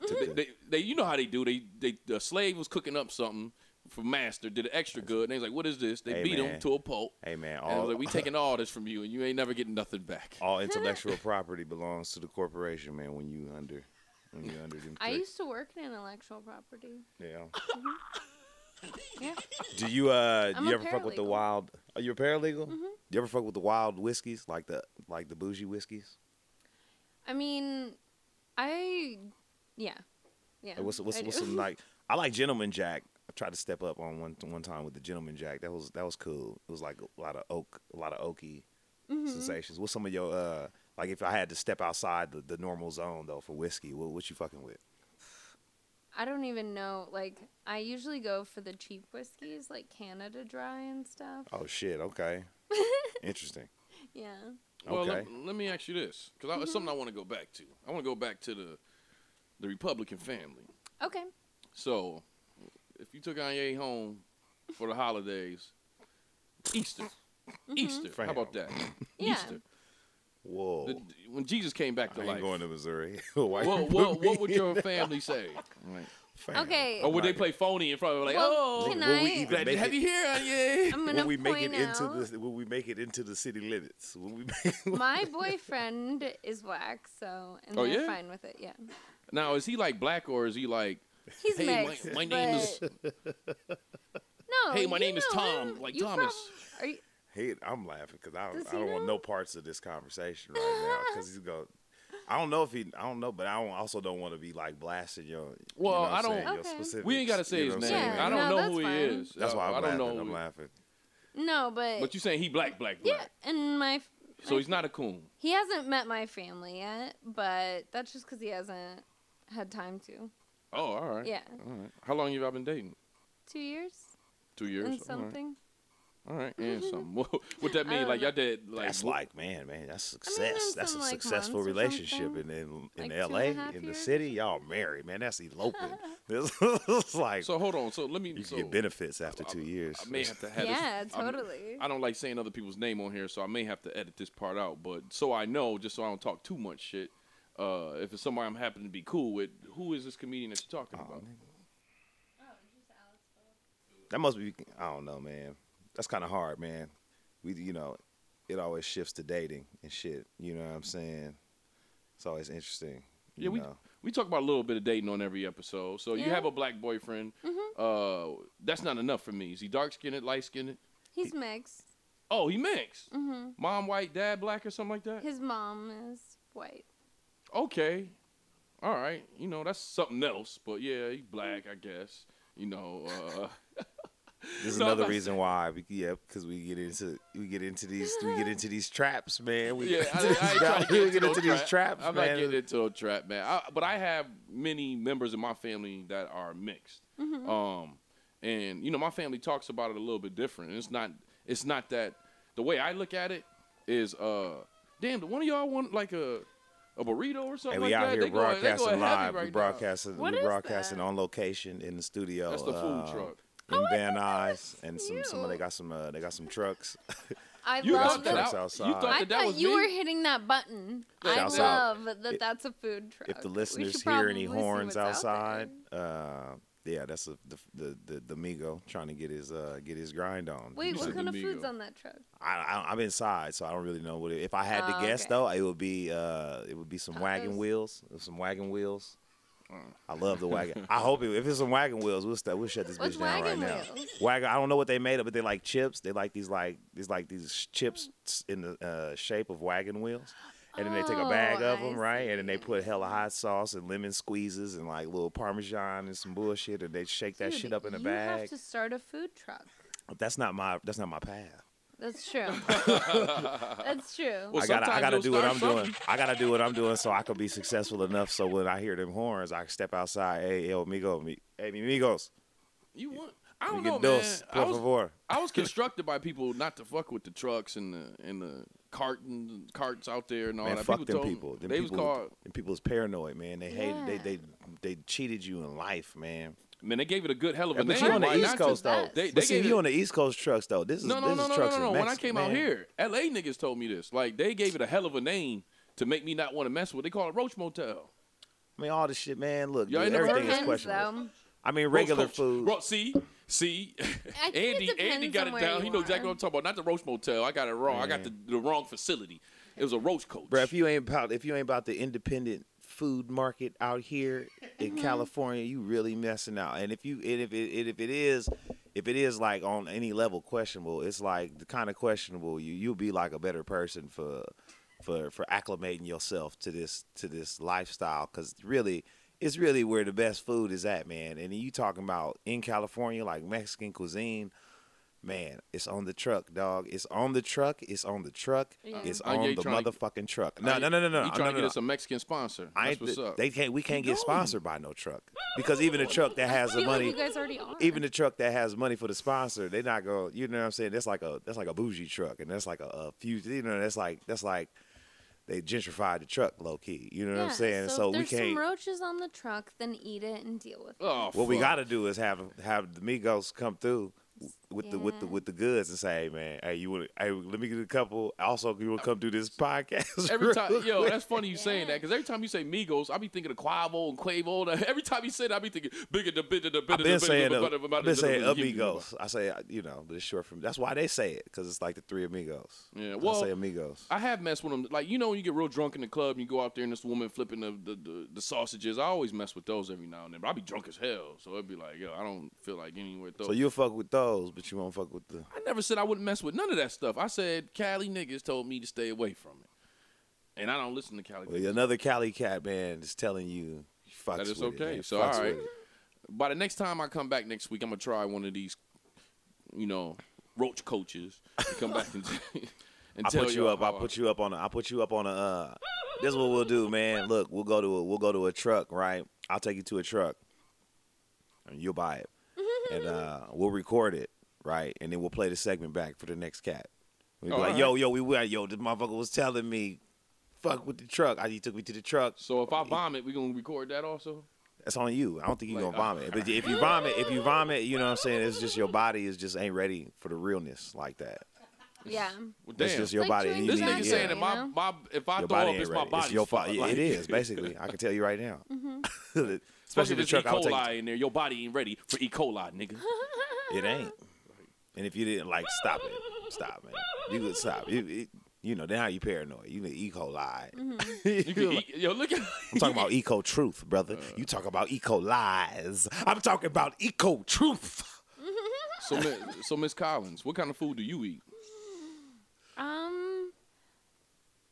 B: to
A: they,
B: the-
A: they, they- you know how they do. They, they, the slave was cooking up something for master, did it extra good. And they was like, "What is this?" They
B: Hey,
A: beat him
B: man.
A: to a pulp.
B: hey man,
A: and
B: all
A: was like,
B: [laughs]
A: we taking all this from you, and you ain't never getting nothing back. [laughs]
B: all intellectual property belongs to the corporation, man, when you under when you under them.
C: I
B: tricks.
C: used to work in intellectual property.
B: yeah.
C: [laughs] Yeah,
B: Do you uh
C: I'm
B: you
C: a
B: ever fuck with the
C: paralegal. Mm-hmm.
B: wild are you a paralegal? You ever fuck with the wild whiskeys? Like the like the bougie whiskeys?
C: I mean, I yeah, yeah.
B: Like, what's what's
C: I
B: what's
C: do.
B: some like I like Gentleman Jack. I tried to step up on one one time with the Gentleman Jack. That was that was cool. It was like a lot of oak a lot of oaky
C: Mhm.
B: sensations. What's some of your uh like if I had to step outside the, the normal zone though for whiskey, what what you fucking with?
C: [laughs] I don't even know. Like I usually go for the cheap whiskeys, like Canada Dry and stuff.
B: Oh shit,
C: [laughs]
B: okay. Interesting.
C: Yeah.
A: Well, lem-
B: Okay.
A: let, me ask you this, because it's something I want to go back to. I want to go back to the the Republican family.
C: Okay.
A: So, if you took Kanye home for the
B: Mm-hmm.
C: Mm-hmm.
A: holidays, Easter, Easter, how about that?
C: Yeah.
A: Easter.
B: Whoa.
A: The, when Jesus came back to
B: I ain't
A: life.
B: going to Missouri. [laughs] Why you
A: what,
B: put
A: what,
B: me
A: what would
B: in
A: your
B: that?
A: family say? Right.
B: [laughs] Fam,
C: Okay.
A: Or would Oh, they
B: like-
A: play phony in front of like,
C: Well,
A: oh,
C: can
B: Will we
C: I-
B: even
A: glad to
B: make
A: have
B: it-
A: you here, [laughs] Kanye?
C: [laughs] I'm gonna
B: Will we make
C: point
B: it into
C: out
B: the? Will we make it into the city limits? Will we [laughs] make?
C: my boyfriend is black, so and
A: Oh,
C: they're
A: yeah?
C: fine with it. Yeah,
A: Now, is he like black or is he like,
C: he's
A: hey, my,
C: mixed.
A: my name is,
C: but- No.
A: hey, my
C: you
A: name is
C: know
A: Tom,
C: him.
A: like
C: You
A: Thomas.
C: prob- are you-
B: Hey, I'm laughing because I,
C: Does
B: I
C: he
B: don't want
C: know?
B: no parts of this conversation right now
C: [laughs]
B: because he's going. I don't know if he. I don't know, but I don't, also don't want to be like blasting your.
A: Well,
B: you know what
A: I
B: I'm
A: don't-
B: saying, your
C: Okay.
A: [laughs]
B: specifics,
A: we ain't got to say
B: you know
A: his
B: what I'm
A: name.
B: saying?
C: Yeah,
A: I don't
C: no,
A: know
C: that's
A: who he
C: fine.
A: is.
B: That's why I'm
A: I don't
B: laughing.
A: know.
B: I'm
A: who-
B: laughing.
C: no, but,
A: But you saying he black, black, black.
C: yeah, and my. f-
A: So
C: my
A: he's not a coon.
C: He hasn't met my family yet, but that's just because he hasn't had time to.
A: Oh, all right.
C: Yeah,
A: All right. How long have y'all been dating?
C: two years
A: Two years.
C: and Mm-hmm.
A: All right.
C: something.
A: All right, and something. What- [laughs] what that
C: I
A: mean?
C: don't
A: Like
C: know.
A: y'all did like
B: That's
A: what-
B: like, man, man, that's success.
C: it's
B: that's a
C: been, like,
B: successful
C: months or
B: relationship in
C: something.
B: in, in
C: Like two and a
B: L.A.
C: half
B: in the
C: years or
B: city. Y'all married, man. That's eloping.
C: [laughs]
B: [laughs] this is like
A: So hold on. So let me.
B: you
A: so
B: can get benefits after
A: I-
B: two years.
A: I may have to have.
C: yeah,
A: this, I'm-
C: totally.
A: I don't like saying other people's name on here, so I may have to edit this part out. But so I know, just so I don't talk too much shit. Uh, if it's somebody I'm happening to be cool with, who is this comedian that you're talking
B: Aw,
A: about?
B: man. That must be. I don't know, man. That's kind of hard, man. We, you know, it always shifts to dating and shit. You know what I'm saying? It's always interesting.
A: Yeah,
B: you
A: we [laughs]
B: know.
A: we talk about a little bit of dating on every episode. So you
C: Yeah. Mm-hmm.
A: have a black boyfriend. Uh, that's not enough for me. Is he dark skinned, light skinned?
C: he's mixed.
A: Oh, he mixed.
C: hmm
A: Mom white, dad black, or something like that.
C: His mom is white.
A: okay, all right, you know that's something else. But yeah, he's black, I guess. You know, uh,
B: This is
A: No,
B: another
A: but-
B: reason why, we, yeah, because we get into we get into these we get into these traps, man. We [laughs]
A: yeah,
B: get
A: I, I
B: into,
A: ain't
B: these-
A: trying to
B: we
A: get into, no
B: into these
A: trap.
B: traps,
A: I'm
B: man.
A: not getting into a trap, man. I, but I have many members in my family that are mixed.
C: Mhm.
A: Um, and you know, my family talks about it a little bit different. It's not, it's not that. The way I look at it is, uh, damn, do one of y'all want like a a burrito or something
B: And
A: like
B: we out
A: that?
B: here
A: They going- they going
B: broadcasting
A: heavy
B: live.
A: right
B: we
A: now.
B: broadcasting.
C: What
B: we
C: is
B: broadcasting
C: that?
B: on location in the studio.
A: That's the food
B: uh,
A: truck.
B: in Van Nuys, and some,
C: cute.
B: some they got some uh, they got some trucks.
C: I
A: You
C: love
A: thought that,
C: that.
B: trucks
A: I-
B: outside.
A: You thought
C: I
A: that, that
C: thought
A: was
C: you
A: me?
C: were hitting that button. I
A: Shouts
B: out.
C: love that.
B: If-
C: That's a food truck.
B: if the
C: We
B: listeners
C: should
B: hear any
C: probably see
B: horns
C: what's out
B: outside,
C: there.
B: uh, yeah, that's a, the, the the the Migo trying to get his uh, get his grind on.
C: Wait,
A: You
C: what
A: said
C: kind of
A: Domingo.
C: food's on that truck?
B: I, I I'm inside, so I don't really know what. It, if I had
C: Oh,
B: to guess
C: okay.
B: though, it would be uh, it would be some wagon
C: Tacos?
B: wheels, some wagon wheels.
C: Mm.
B: I love the wagon. I hope it, if it's some wagon wheels, we'll st- we'll shut this
C: What's
B: bitch down right
C: wagon
B: now.
C: wheels?
B: Wagon. I don't know what they made of, but they like chips. They like these like these like these chips in the uh, shape of wagon wheels. And then they take a bag
C: Oh,
B: of them,
C: I
B: right? And then they
C: see.
B: put hella hot sauce and lemon squeezes and like little parmesan and some bullshit, and they shake that
C: Dude,
B: shit up in a
C: you
B: bag.
C: have to start a food truck.
B: That's not my that's not my path.
A: [laughs]
C: That's true. That's true.
A: Well,
B: I gotta, I
A: sometimes
B: gotta
A: you'll
B: do what
A: start
B: I'm
A: something.
B: doing. I gotta do what I'm doing so I can be successful enough. So when I hear them horns, I can step outside. Hey, yo, amigo, mi, hey, mi amigos,
A: You want? I
B: we
A: don't know,
B: get
A: man.
B: dos,
A: I
B: por
A: was,
B: favor.
A: I was constructed by people not to fuck with the trucks and the and the cart and carts out there and all
B: Man,
A: Oh, that.
B: fuck them
A: told me-
B: people. Them
A: they
B: people,
A: was called.
B: them people is paranoid, man. They hated.
C: Yeah.
B: They, they, they cheated you in life, man.
A: Man, they gave it a good hell of a
B: Yeah, but
A: name.
B: you on the
A: Why
B: East
A: not to-
B: Coast though.
C: That's-
A: They, they
B: But see,
A: gave
B: you
A: it-
B: on the East Coast trucks though. This is
A: no, no,
B: this
A: no,
B: is
A: no, no, no,
B: trucks in
A: no. When I
B: Mexico,
A: came out
B: man.
A: here, L.A. niggas told me this. Like they gave it a hell of a name to make me not want to mess with. They call it Roach Motel.
B: I mean, all this shit, man. Look,
A: Y'all
B: dude,
A: ain't never heard
B: everything
A: of that?
B: is
C: Depends,
B: questionable.
C: though.
B: I mean, regular
A: Roach Motel.
B: food.
A: Ro- see, see.
C: I think it
A: Andy,
C: depends
A: Andy got
C: on
A: it
C: where
A: down.
C: you
A: He knows exactly
C: are.
A: what I'm talking about. Not the Roach Motel. I got it wrong. I got the,
B: Man.
A: the wrong facility. It was a Roach Coach.
B: Bro, if you ain't about if you ain't about the independent food market out here in California, you really messing out. And if you and if it and if it is if it is like on any level questionable, it's like the kind of questionable you you'll be like a better person for for for acclimating yourself to this to this lifestyle cuz really it's really where the best food is at, man. And you talking about in California like Mexican cuisine, man, it's on the truck, dog. It's on the truck. It's on the truck.
C: Yeah.
B: It's
A: Are
B: on
A: Mm-hmm. you
B: the
A: trying to-
B: motherfucking truck. No, no, no, no, no.
A: You
B: no,
A: trying
B: no,
A: to get
B: no.
A: us a Mexican sponsor?
B: I
A: That's
B: ain't-
A: what's up.
B: They can't. We can't get sponsored by no truck because even the truck that has the
C: Feel like
B: money,
C: you guys already are.
B: even the truck that has money for the sponsor, they not going. to You know what I'm saying? That's like a that's like a bougie truck, and that's like a, a few. You know, that's like that's like they gentrified the truck low key. You know what I'm saying?
C: So,
B: So,
C: if
B: we
C: there's
B: can't.
C: some roaches on the truck, then eat it and deal with it.
A: Oh,
B: [laughs] what we
A: fuck.
B: got to do is have have the Migos come through with the with the
C: Yeah.
B: with the goods and say, hey man, hey you want hey let me get a couple. Also, you want to come do this podcast? [laughs]
A: Every
B: real
A: time, yo,
B: quick?"
A: that's funny you saying that because every time you say Migos, I be thinking of Quavo and Quavo. [laughs] and- Every time you say that, I be thinking bigger the bigger the
B: I've
A: bigger
B: been
A: the
B: saying,
A: bigger
B: uh, I've been saying
A: Amigos.
B: amigos. I say, uh, you know, but it's short from. That's why they say it because it's like the three amigos.
A: Yeah,
B: I
A: well,
B: say amigos.
A: I have messed with them. Like you know, when you get real drunk in the club, and you go out there and this woman flipping the the, the, the sausages. I always mess with those every now and then. But I be drunk as hell, so it'd be like, yo, I don't feel like getting anywhere with those.
B: so you'll fuck with those, but you won't fuck with the.
A: I never said I wouldn't mess with none of that stuff. I said Cali niggas told me to stay away from it, and I don't listen to Cali.
B: Well,
A: niggas.
B: another Cali cat man is telling you, you fucks
A: That is
B: with it,
A: okay.
B: man,
A: so
B: fucks
A: all right.
B: with it.
A: By the next time I come back next week, I'm gonna try one of these, you know, roach coaches. To come back and, [laughs] and
B: I
A: tell
B: put you
A: y'all
B: up. I
A: how
B: put you up on. A, I put you up on a. Uh, this is what we'll do, man. Look, we'll go to a. We'll go to a truck, right? I'll take you to a truck, and you'll
A: [laughs]
B: buy it, and uh, we'll record it, right? And then we'll play the segment back for the next cat. We be
A: Oh,
B: like,
A: all
B: yo, yo, we went, yo. This motherfucker was telling me, fuck with the truck. I, he took me to the truck.
A: So if I vomit, we gonna record that also.
B: That's on you. I don't think you're
A: Like, uh,
B: gonna vomit. But if you vomit, if you vomit, you know what I'm saying. It's just your body is just ain't ready for the realness like that.
C: Yeah.
A: Well, damn.
B: It's just your
C: Like
B: body.
C: chewing
B: You
A: this
C: gum.
A: nigga
B: need-
A: saying that
C: you
A: my,
C: know?
A: my if I
B: your
A: throw
B: body
A: up,
B: ain't
A: it's my
B: ready.
A: body's
B: It's your fault.
A: Like, [laughs]
B: it is basically. I can tell you right now.
A: Especially
B: [laughs] Especially
A: if
B: the
A: there's
B: truck.
A: E.
B: I'll take
A: coli in there, your body ain't ready for E. coli,
B: [laughs]
A: nigga.
B: it ain't. And if you didn't like, stop it. Stop man. You could stop. You, it, you know, then how you paranoid? You need E. coli. [laughs]
A: You Uh. can eat, yo, look at
B: I'm talking about eco truth, brother. you talk about eco lies. I'm talking about eco truth.
A: so. Mi- So Miss Collins, what kind of food do you eat?
C: [laughs] Um,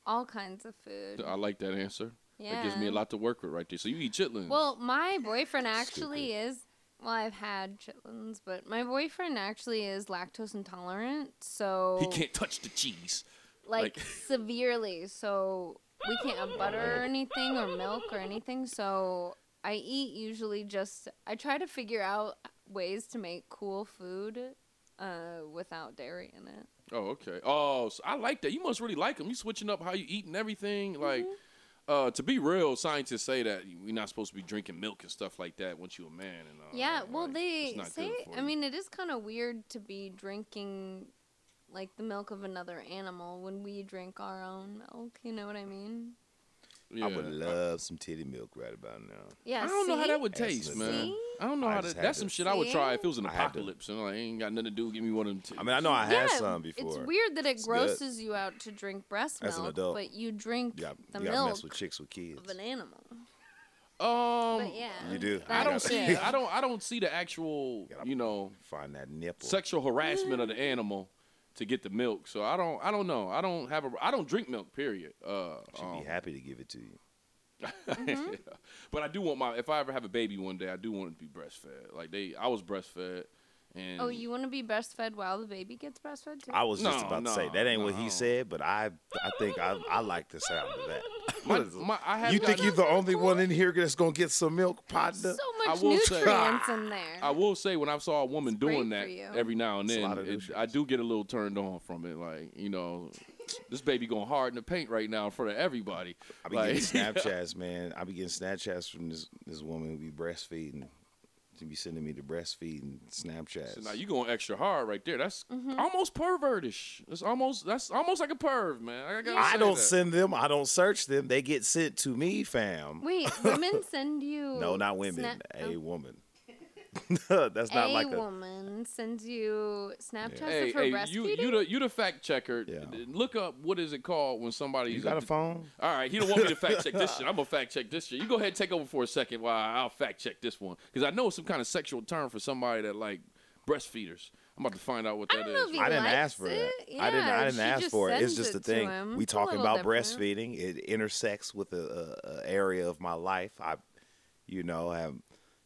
C: all kinds of food.
A: I like that answer.
C: Yeah.
A: It gives me a lot to work with right there. So you eat chitlins.
C: Well, my boyfriend actually is. Well, I've had chitlins, but my boyfriend actually is lactose intolerant, so
A: he can't touch the cheese.
C: like,
A: like- [laughs]
C: severely. So we can't have butter or anything or milk or anything. So I eat usually just. I try to figure out ways to make cool food, uh, without dairy in it.
A: Oh, okay. Oh, so I like that. You must really like them. You switching up how you eat and everything.
C: Mm-hmm.
A: Like, uh, to be real, scientists say that we're not supposed to be drinking milk and stuff like that once you're a man. And uh,
C: Yeah, well,
A: like,
C: they
A: it's not
C: say.
A: good for
C: I
A: you.
C: mean, it is kind of weird to be drinking like the milk of another animal when we drink our own milk. You know what I mean?
A: yeah.
B: I would love some titty milk right about now.
C: Yeah.
A: I don't know how that
C: see?
A: would
B: Yes,
A: taste,
B: listen.
A: man.
C: See?
A: I don't know
B: I
A: how
B: just
A: that.
B: had
A: That's
B: to-
A: some shit I would
C: See?
A: try if it was an
B: I had to.
A: apocalypse and like ain't got nothing to do. Give me one of them. T-
B: I mean, I know I had
C: Yeah,
B: some before.
C: It's weird that it
B: It's good.
C: grosses you out to drink breast milk,
B: As an adult,
C: but you drink
B: You got,
C: the
B: you got
C: milk
B: mess with chicks with kids.
C: of an animal.
A: um,
C: but yeah,
B: you do.
A: I
C: that-
A: don't see.
C: yeah.
A: I don't. I don't see the
B: [laughs]
A: actual.
B: Gotta-
A: You know,
B: Find that nipple.
A: sexual harassment of the animal to get the milk. So I don't. I don't know. I don't have a. I don't drink milk. Period. Uh,
B: She'd
A: um,
B: be happy to give it to you.
A: but I do want my. If I ever have a baby one day, I do want it to be breastfed. Like they, I was breastfed. And
C: Oh, you want to be breastfed while the baby gets breastfed too?
B: I was just
A: No,
B: about to say
A: no,
B: that ain't what
A: no.
B: he said, but I I think I, I like the sound of that.
A: My, my, I have
B: you think
A: gotten-
B: you're the only one in here that's gonna get some milk,
C: so
B: partner?
A: I
B: [laughs]
C: much
A: will
C: nutrients
A: say-
C: in there.
A: I will say when I saw a woman
C: It's great
A: doing
C: for
A: that
C: you.
A: every now and
B: It's a
A: then,
B: lot of
A: it-
B: nutrients.
A: I do get a little turned on from it. Like you
C: [laughs]
A: know, this baby going hard in the paint right now in front of everybody.
B: I be
A: like, [laughs]
B: getting Snapchats, man. I be getting Snapchats from this this woman who be breastfeeding. She be sending me the breastfeeding Snapchats.
A: So now you going extra hard right there. That's
C: Mm-hmm.
A: almost pervertish. It's almost that's almost like a perv, man. I, gotta
B: I
A: say
B: don't
A: that.
B: send them. I don't search them. They get sent to me, fam.
C: Wait, women send you?
B: [laughs] no, not women.
C: sna- oh.
B: a woman. [laughs] that's not
C: a
B: like a.
C: woman sends you Snapchats
A: Hey,
C: of her
A: hey,
C: breastfeeding.
A: you you the you the fact checker.
B: Yeah.
A: Look up what is it called when somebody
B: You got a phone?
A: All right, he don't want me to fact check
B: [laughs]
A: this shit. I'm gonna fact check this shit. You go ahead and take over for a second while I'll fact check this one because I know it's some kind of sexual term for somebody that like breastfeeders. I'm about to find out what
C: I
A: that
C: don't
A: is.
C: know if he
B: I didn't
C: likes
B: ask for
C: it.
B: that. I didn't. I
C: Yeah,
B: didn't
C: she
B: ask
C: just
B: for it. It's
C: sends
B: just the
C: it to
B: thing.
C: him.
B: We
C: It's a
B: talking
C: little
B: about
C: different.
B: breastfeeding. It intersects with a, a, a area of my life. I, you know, have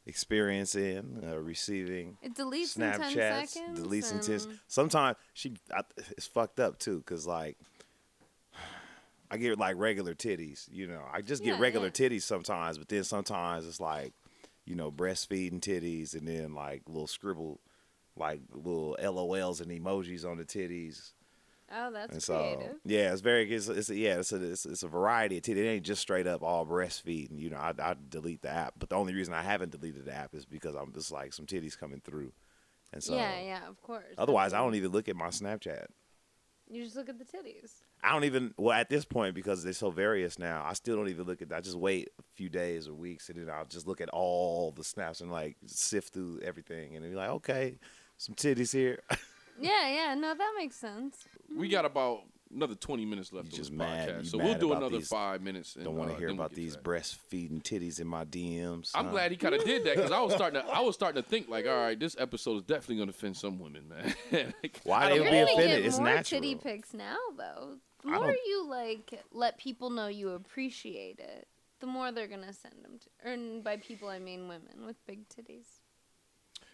B: experience in uh, receiving
C: It deletes in 10
B: Snapchats,
C: seconds.
B: deletes in ten.
C: and-
B: Sometimes she, I, it's fucked up too, cause like. I get like regular titties, you know. I just
C: Yeah,
B: get
C: yeah.
B: regular titties sometimes, but then sometimes it's like, you know, breastfeeding titties, and then like little scribble, like little LOLs and emojis on the titties.
C: Oh,
B: And
C: that's
B: so,
C: creative.
B: yeah, it's very, it's, it's yeah, it's a, it's, it's a variety of titties. It ain't just straight up all breastfeeding. You know, I, I delete the app, but the only reason I haven't deleted the app is because I'm just like some titties coming through, And so,
C: yeah, yeah, of course.
B: otherwise, I don't e even look at my Snapchat.
C: You just look at the titties.
B: I don't even well at this point because they're so various now. I still don't even look at. I just wait a few days or weeks, and then I'll just look at all the snaps and like sift through everything, and be like, okay, some titties here.
C: Yeah, yeah. No, that makes sense.
A: We got about another 20 minutes left
B: You
A: on
B: just
A: this
B: mad-
A: podcast.
B: you
A: So we'll
B: mad
A: do
B: about
A: another
B: these-
A: five minutes. And,
B: don't want
A: uh,
B: to hear
A: then we'll
B: about
A: get
B: these
A: back.
B: breastfeeding titties in my DMs.
A: I'm
B: huh?
A: glad he kind of did that because I was starting to I was starting to think like, all right, this episode is definitely gonna offend some women, man. [laughs] Like,
B: Why
A: I
B: they
A: don't-
B: would
C: You're
B: be
C: gonna
B: offended.
C: get
B: It's
C: more
B: natural.
C: titty pics now, though. The
B: I
C: more
B: don't-
C: you like let people know you appreciate it, the more they're gonna send them to. er, And by people, I mean women with big titties.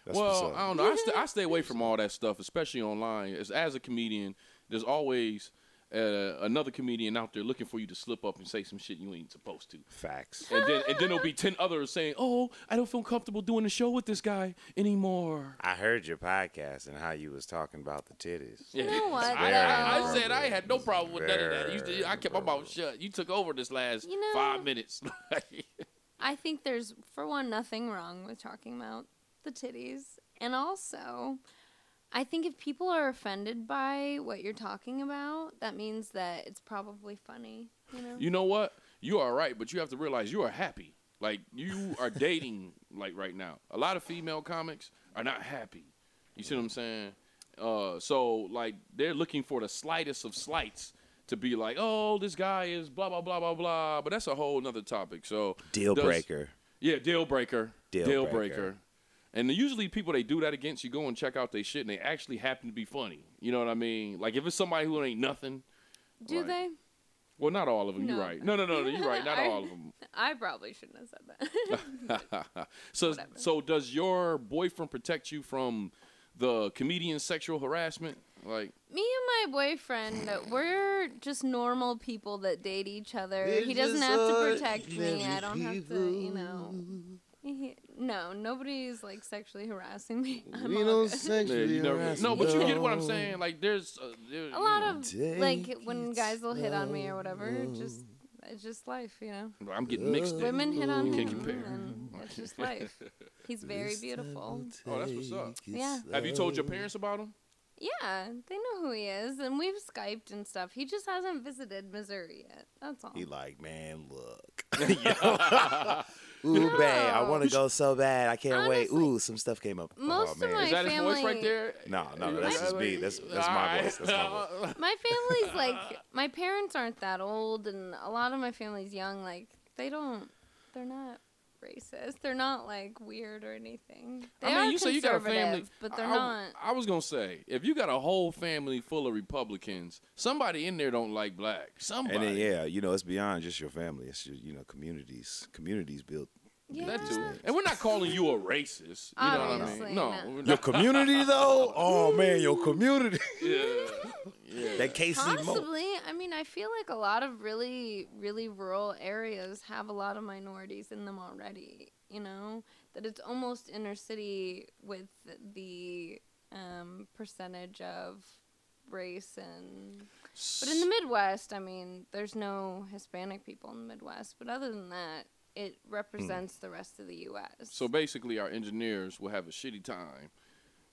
B: That's what's
A: well, um,
B: up.
A: I don't know. I, st- I stay away from all that stuff, especially online. As as a comedian, there's always uh, another comedian out there looking for you to slip up and say some shit you ain't supposed to.
B: facts.
A: And then and then
B: [laughs]
A: there'll be ten others saying, "Oh, I don't feel comfortable doing the show with this guy anymore."
B: I heard your podcast and how you was talking about the titties.
C: You know what?
A: I, I, I
C: though?
A: said I had no problem with none of that. You,
B: Very
A: I kept my mouth shut. You took over this last
C: You know-
A: five minutes. [laughs]
C: I think there's, for one, nothing wrong with talking about the titties. And also, I think if people are offended by what you're talking about, that means that it's probably funny. You know?
A: you know what? You are right, but you have to realize you are happy. Like you are dating [laughs] like right now. A lot of female comics are not happy. You see what I'm saying? Uh, so like they're looking for the slightest of slights to be like, oh, this guy is blah blah blah blah blah. But that's a whole nother topic. So
B: Deal
A: does-
B: breaker.
A: Yeah, deal breaker.
B: Deal
A: Deal,
B: breaker.
A: breaker. And usually people they do that against you go and check out their shit and they actually happen to be funny. You know what I mean? Like if it's somebody who ain't nothing.
C: Do
A: Right.
C: they?
A: Well, not all of them. You're
C: No.
A: right. No, no, no, no. You're right. Not
C: [laughs] I-
A: all of them.
C: I probably shouldn't have said that.
A: So,
C: Whatever.
A: so does your boyfriend protect you from the comedian sexual harassment? Like,
C: Me and my boyfriend, we're just normal people that date each other.
B: They're
C: he doesn't
B: just
C: have to
B: ordinary
C: protect me. I don't have to, you know. He- no, nobody's like sexually harassing me. [laughs] I'm all good.
A: yeah, you never, no, but you get what I'm saying. Like, there's uh, there-
C: a lot
A: you
C: of like when guys will hit on me or whatever. it Just it's just life, you know.
A: know, I'm getting mixed. in.
C: Women hit on
A: can't
C: him,
A: compare.
C: and it's just life. He's very beautiful.
A: Oh, that's what's up.
C: Yeah,
A: Have you told your parents about him?
C: yeah, they know who he is, and we've skyped and stuff. He just hasn't visited Missouri yet. That's all.
B: [laughs] He like, man, look. [laughs] Ooh, babe, I want to go so bad. I can't wait.
C: Honestly.
B: Ooh, some stuff came up.
C: Most
B: oh,
C: of
B: man.
C: my
A: Is that his voice
C: family-
A: right there?
B: No, no,
A: You
B: that's
A: like-
B: just me. That's- that's my
A: Alright.
B: voice. That's my
A: [laughs]
C: my family's like my parents aren't that old and a lot of my family's young like they don't they're not racist they're not like weird or anything they
A: I mean,
C: are
A: you say you got a family,
C: conservative, but they're
A: I- I-
C: not
A: I was gonna say, if you got a whole family full of Republicans, somebody in there don't like black. Somebody.
B: and then yeah, you know, it's beyond just your family. It's your, you know, communities. Communities built.
C: yeah.
A: That too. And we're not calling you a racist. You know what I
C: Obviously
A: mean? No.
C: not.
A: we're
B: Your
A: not.
B: community though. [laughs] Oh man, your community.
A: [laughs] Yeah.
B: that KC Mo.
C: Possibly. I mean, I feel like a lot of really, really rural areas have a lot of minorities in them already. You know that it's almost inner city with the um, percentage of race and. But in the Midwest, I mean, there's no Hispanic people in the Midwest. But other than that, it represents the rest of the U.S.
A: Hmm. So basically, our engineers will have a shitty time,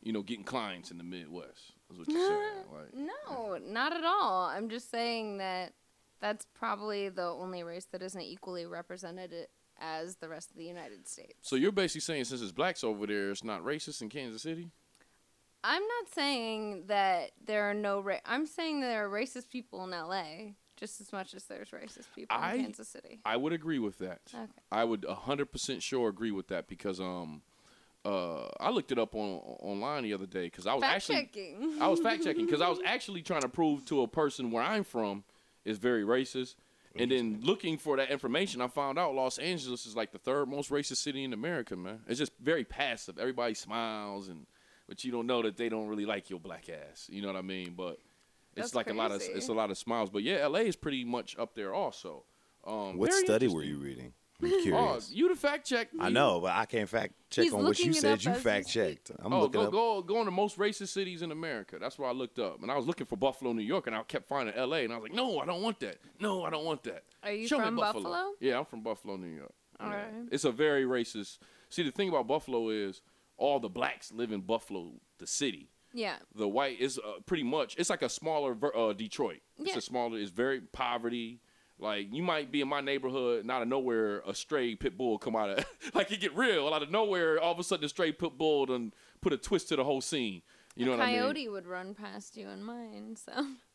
A: you know, getting clients in the Midwest. Is what you're saying? Like,
C: No, not at all. I'm just saying that that's probably the only race that isn't equally represented i- as the rest of the United States.
A: so you're basically saying since it's blacks over there, it's not racist in Kansas City?
C: I'm not saying that there are no ra- I'm saying there are racist people in LA just as much as there's racist people
A: I- Oh,
C: in Kansas City.
A: I would agree with that.
C: Okay.
A: I would 100% sure agree with that because um uh I looked it up on online the other day cuz I was
C: Fact
A: actually
C: checking.
A: I was fact checking cuz I was actually trying to prove to a person where I'm from is very racist. And then looking for that information, I found out Los Angeles is like the third most racist city in America, man. It's just very passive. Everybody smiles and but you don't know that they don't really like your black ass. You know what I mean? But it's
C: That's
A: like a lot of
C: crazy.
A: it's a lot of smiles. But yeah, LA is pretty much up there also. Um,
B: What
A: very
B: study
A: interesting.
B: were you reading? I'm
A: Oh,
B: curious.
A: you the fact check.
B: I know, but I can't fact check
C: He's
B: on what
C: looking
B: you
C: it
B: said.
C: up
B: You
C: as we
B: fact checked. I'm
A: oh,
B: looking
A: go
B: up.
A: go go on the most racist cities in America. That's where I looked up, and I was looking for Buffalo, New York, and I kept finding L.A. and I was like, no, I don't want that. No, I don't want that.
C: Are you
A: Show
C: from
A: me Buffalo.
C: Buffalo?
A: Yeah, I'm from Buffalo, New York.
C: All
A: Yeah.
C: right.
A: It's a very racist. See, the thing about Buffalo is all the blacks live in Buffalo, the city.
C: [laughs] Yeah.
A: The white is uh, pretty much it's like a smaller ver- uh, Detroit. It's
C: Yeah.
A: a smaller. It's very poverty. Like you might be in my neighborhood, and out of nowhere, a stray pit bull come out of [laughs] like it get real out of nowhere. All of a sudden, a stray pit bull done put a twist to the whole scene. You know
C: a
A: what I mean?
C: coyote would run past you and mine, so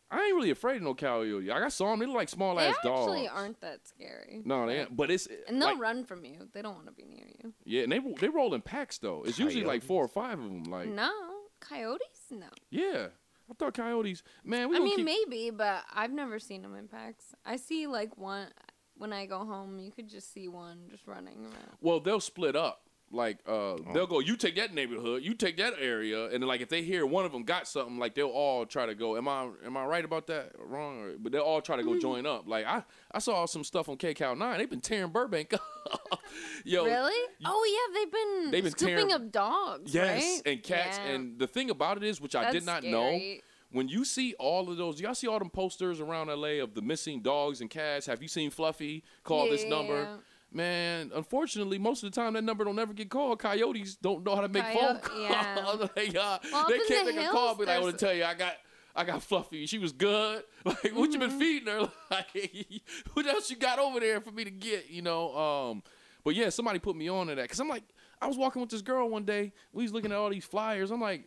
A: I ain't really afraid of no coyote. Like I saw them, they look like small
C: they
A: ass dogs.
C: actually aren't that scary.
A: No, they ain't. But it's eh,
C: And they'll
A: like-
C: run from you. They don't want to be near you.
A: yeah, and they ro- they roll in packs though. It's usually like four or five of them. Like
C: No, coyotes? No.
A: yeah, I thought coyotes. Man, we
C: I
A: gonna
C: mean,
A: keep-
C: maybe, but I've never seen them in packs. I see like one when I go home. You could just see one just running around.
A: Well, they'll split up. Like uh, they'll go. You take that neighborhood. You take that area. And then, like if they hear one of them got something, like they'll all try to go. Am I am I right about that? Or Wrong? Or, but they'll all try to
C: Mm.
A: go join up. Like I I saw some stuff on KCal Nine. They've been tearing Burbank [laughs] up. Yo,
C: really? oh yeah, they've been
A: They've been
C: scooping
A: tearing-
C: up dogs.
A: Yes,
C: right?
A: and cats.
C: Yeah.
A: And the thing about it is, which I
C: That's
A: did not know,
C: scary.
A: when you see all of those, y'all see all them posters around LA of the missing dogs and cats. Have you seen Fluffy? Call this number.
C: Yeah.
A: Man, unfortunately, most of the time that number don't ever get called. Coyotes don't know how to make phone
C: Coyote-
A: calls. [laughs]
C: yeah.
A: they uh,
C: Well, up
A: they
C: in
A: can't
C: the
A: make a call.
C: hills,
A: Be like, I want
C: there's-
A: to tell you, I got. I got Fluffy. She was good. [laughs] Like, what you
C: Mm-hmm.
A: been feeding her? [laughs] Like, what else you got over there for me to get? You know. Um, but yeah, somebody put me on to that because I'm like, I was walking with this girl one day. We was looking at all these flyers. I'm like,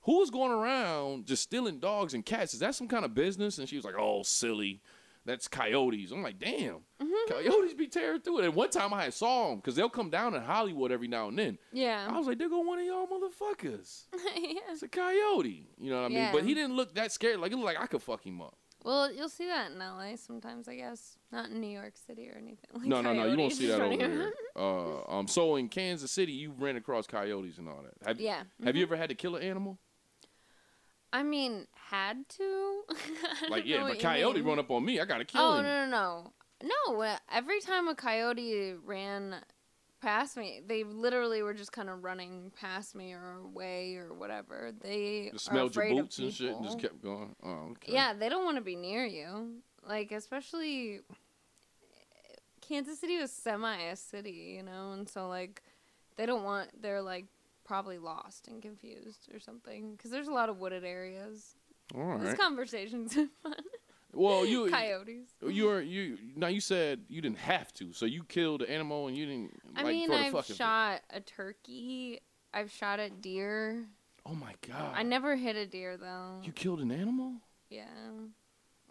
A: who's going around just stealing dogs and cats? Is that some kind of business? And she was like, oh, silly. That's coyotes. I'm like, damn,
C: Mm-hmm.
A: coyotes be tearing through it. And one time I had saw them because they'll come down in Hollywood every now and then. I
C: Yeah.
A: was like, there go one of y'all motherfuckers.
C: [laughs] yeah.
A: It's a coyote. You know what I mean?
C: Yeah.
A: But he didn't look that scared. Like, it looked like I could fuck him up.
C: Well, you'll see that in LA sometimes, I guess. Not in New York City or anything. Like
A: no, no, no. You won't
C: coyotes
A: see that over
C: running
A: here.
C: around. [laughs]
A: Uh, um, so in Kansas City, you ran across coyotes and all that. Have,
C: Yeah. Mm-hmm.
A: Have you ever had to kill an
C: [laughs]
A: animal?
C: I mean, had to. [laughs] I
A: Like,
C: don't
A: yeah,
C: know
A: if a
C: what you
A: coyote
C: mean.
A: run up on me, I got to kill
C: Oh
A: him.
C: no no no no! uh, Every time a coyote ran past me, they literally were just kind of running past me or away or whatever. They
A: Just
C: are
A: smelled your
C: afraid
A: boots
C: of
A: and shit and just
C: people.
A: kept going. Oh, okay.
C: Yeah, they don't want to be near you. Like especially Kansas City was semi a city, you know, and so like they don't want they're like probably lost and confused or something because there's a lot of wooded areas.
A: All right.
C: This conversation's [laughs] fun.
A: well, you
C: Coyotes.
A: you were you now you said you didn't have to, so you killed the animal and you didn't.
C: I
A: like,
C: mean,
A: for the
C: I've
A: fuck of it.
C: shot a turkey. I've shot at deer.
A: Oh my god!
C: I never hit a deer though.
A: You killed an animal?
C: yeah.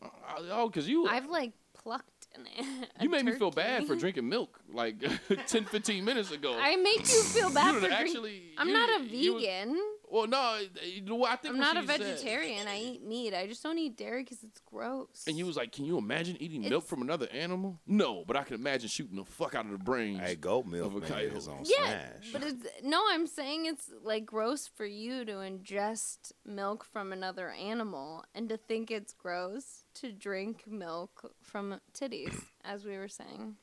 A: Uh, Oh, cause you
C: I've like plucked an [laughs] a
A: you made me feel
C: turkey.
A: bad for drinking milk like [laughs] 10, 15 minutes ago.
C: [laughs] I make you feel
A: [laughs]
C: bad
A: you
C: for
A: done
C: drink-
A: actually.
C: I'm
A: you-
C: not a
A: you-
C: vegan.
A: well, no, you know what, I think
C: I'm
A: what
C: not
A: she
C: a
A: said-
C: vegetarian. I eat meat. I just don't eat dairy because it's gross.
A: And you was like, "Can you imagine eating milk
C: It's-
A: from another animal?" No, but I can imagine shooting the fuck out of the brains.
B: Hey, goat milk
A: Of a
B: man, is on
A: coyote.
C: yeah,
B: smash.
C: but it's no. I'm saying it's like gross for you to ingest milk from another animal and to think it's gross to drink milk from titties,
B: [coughs]
C: as we were saying.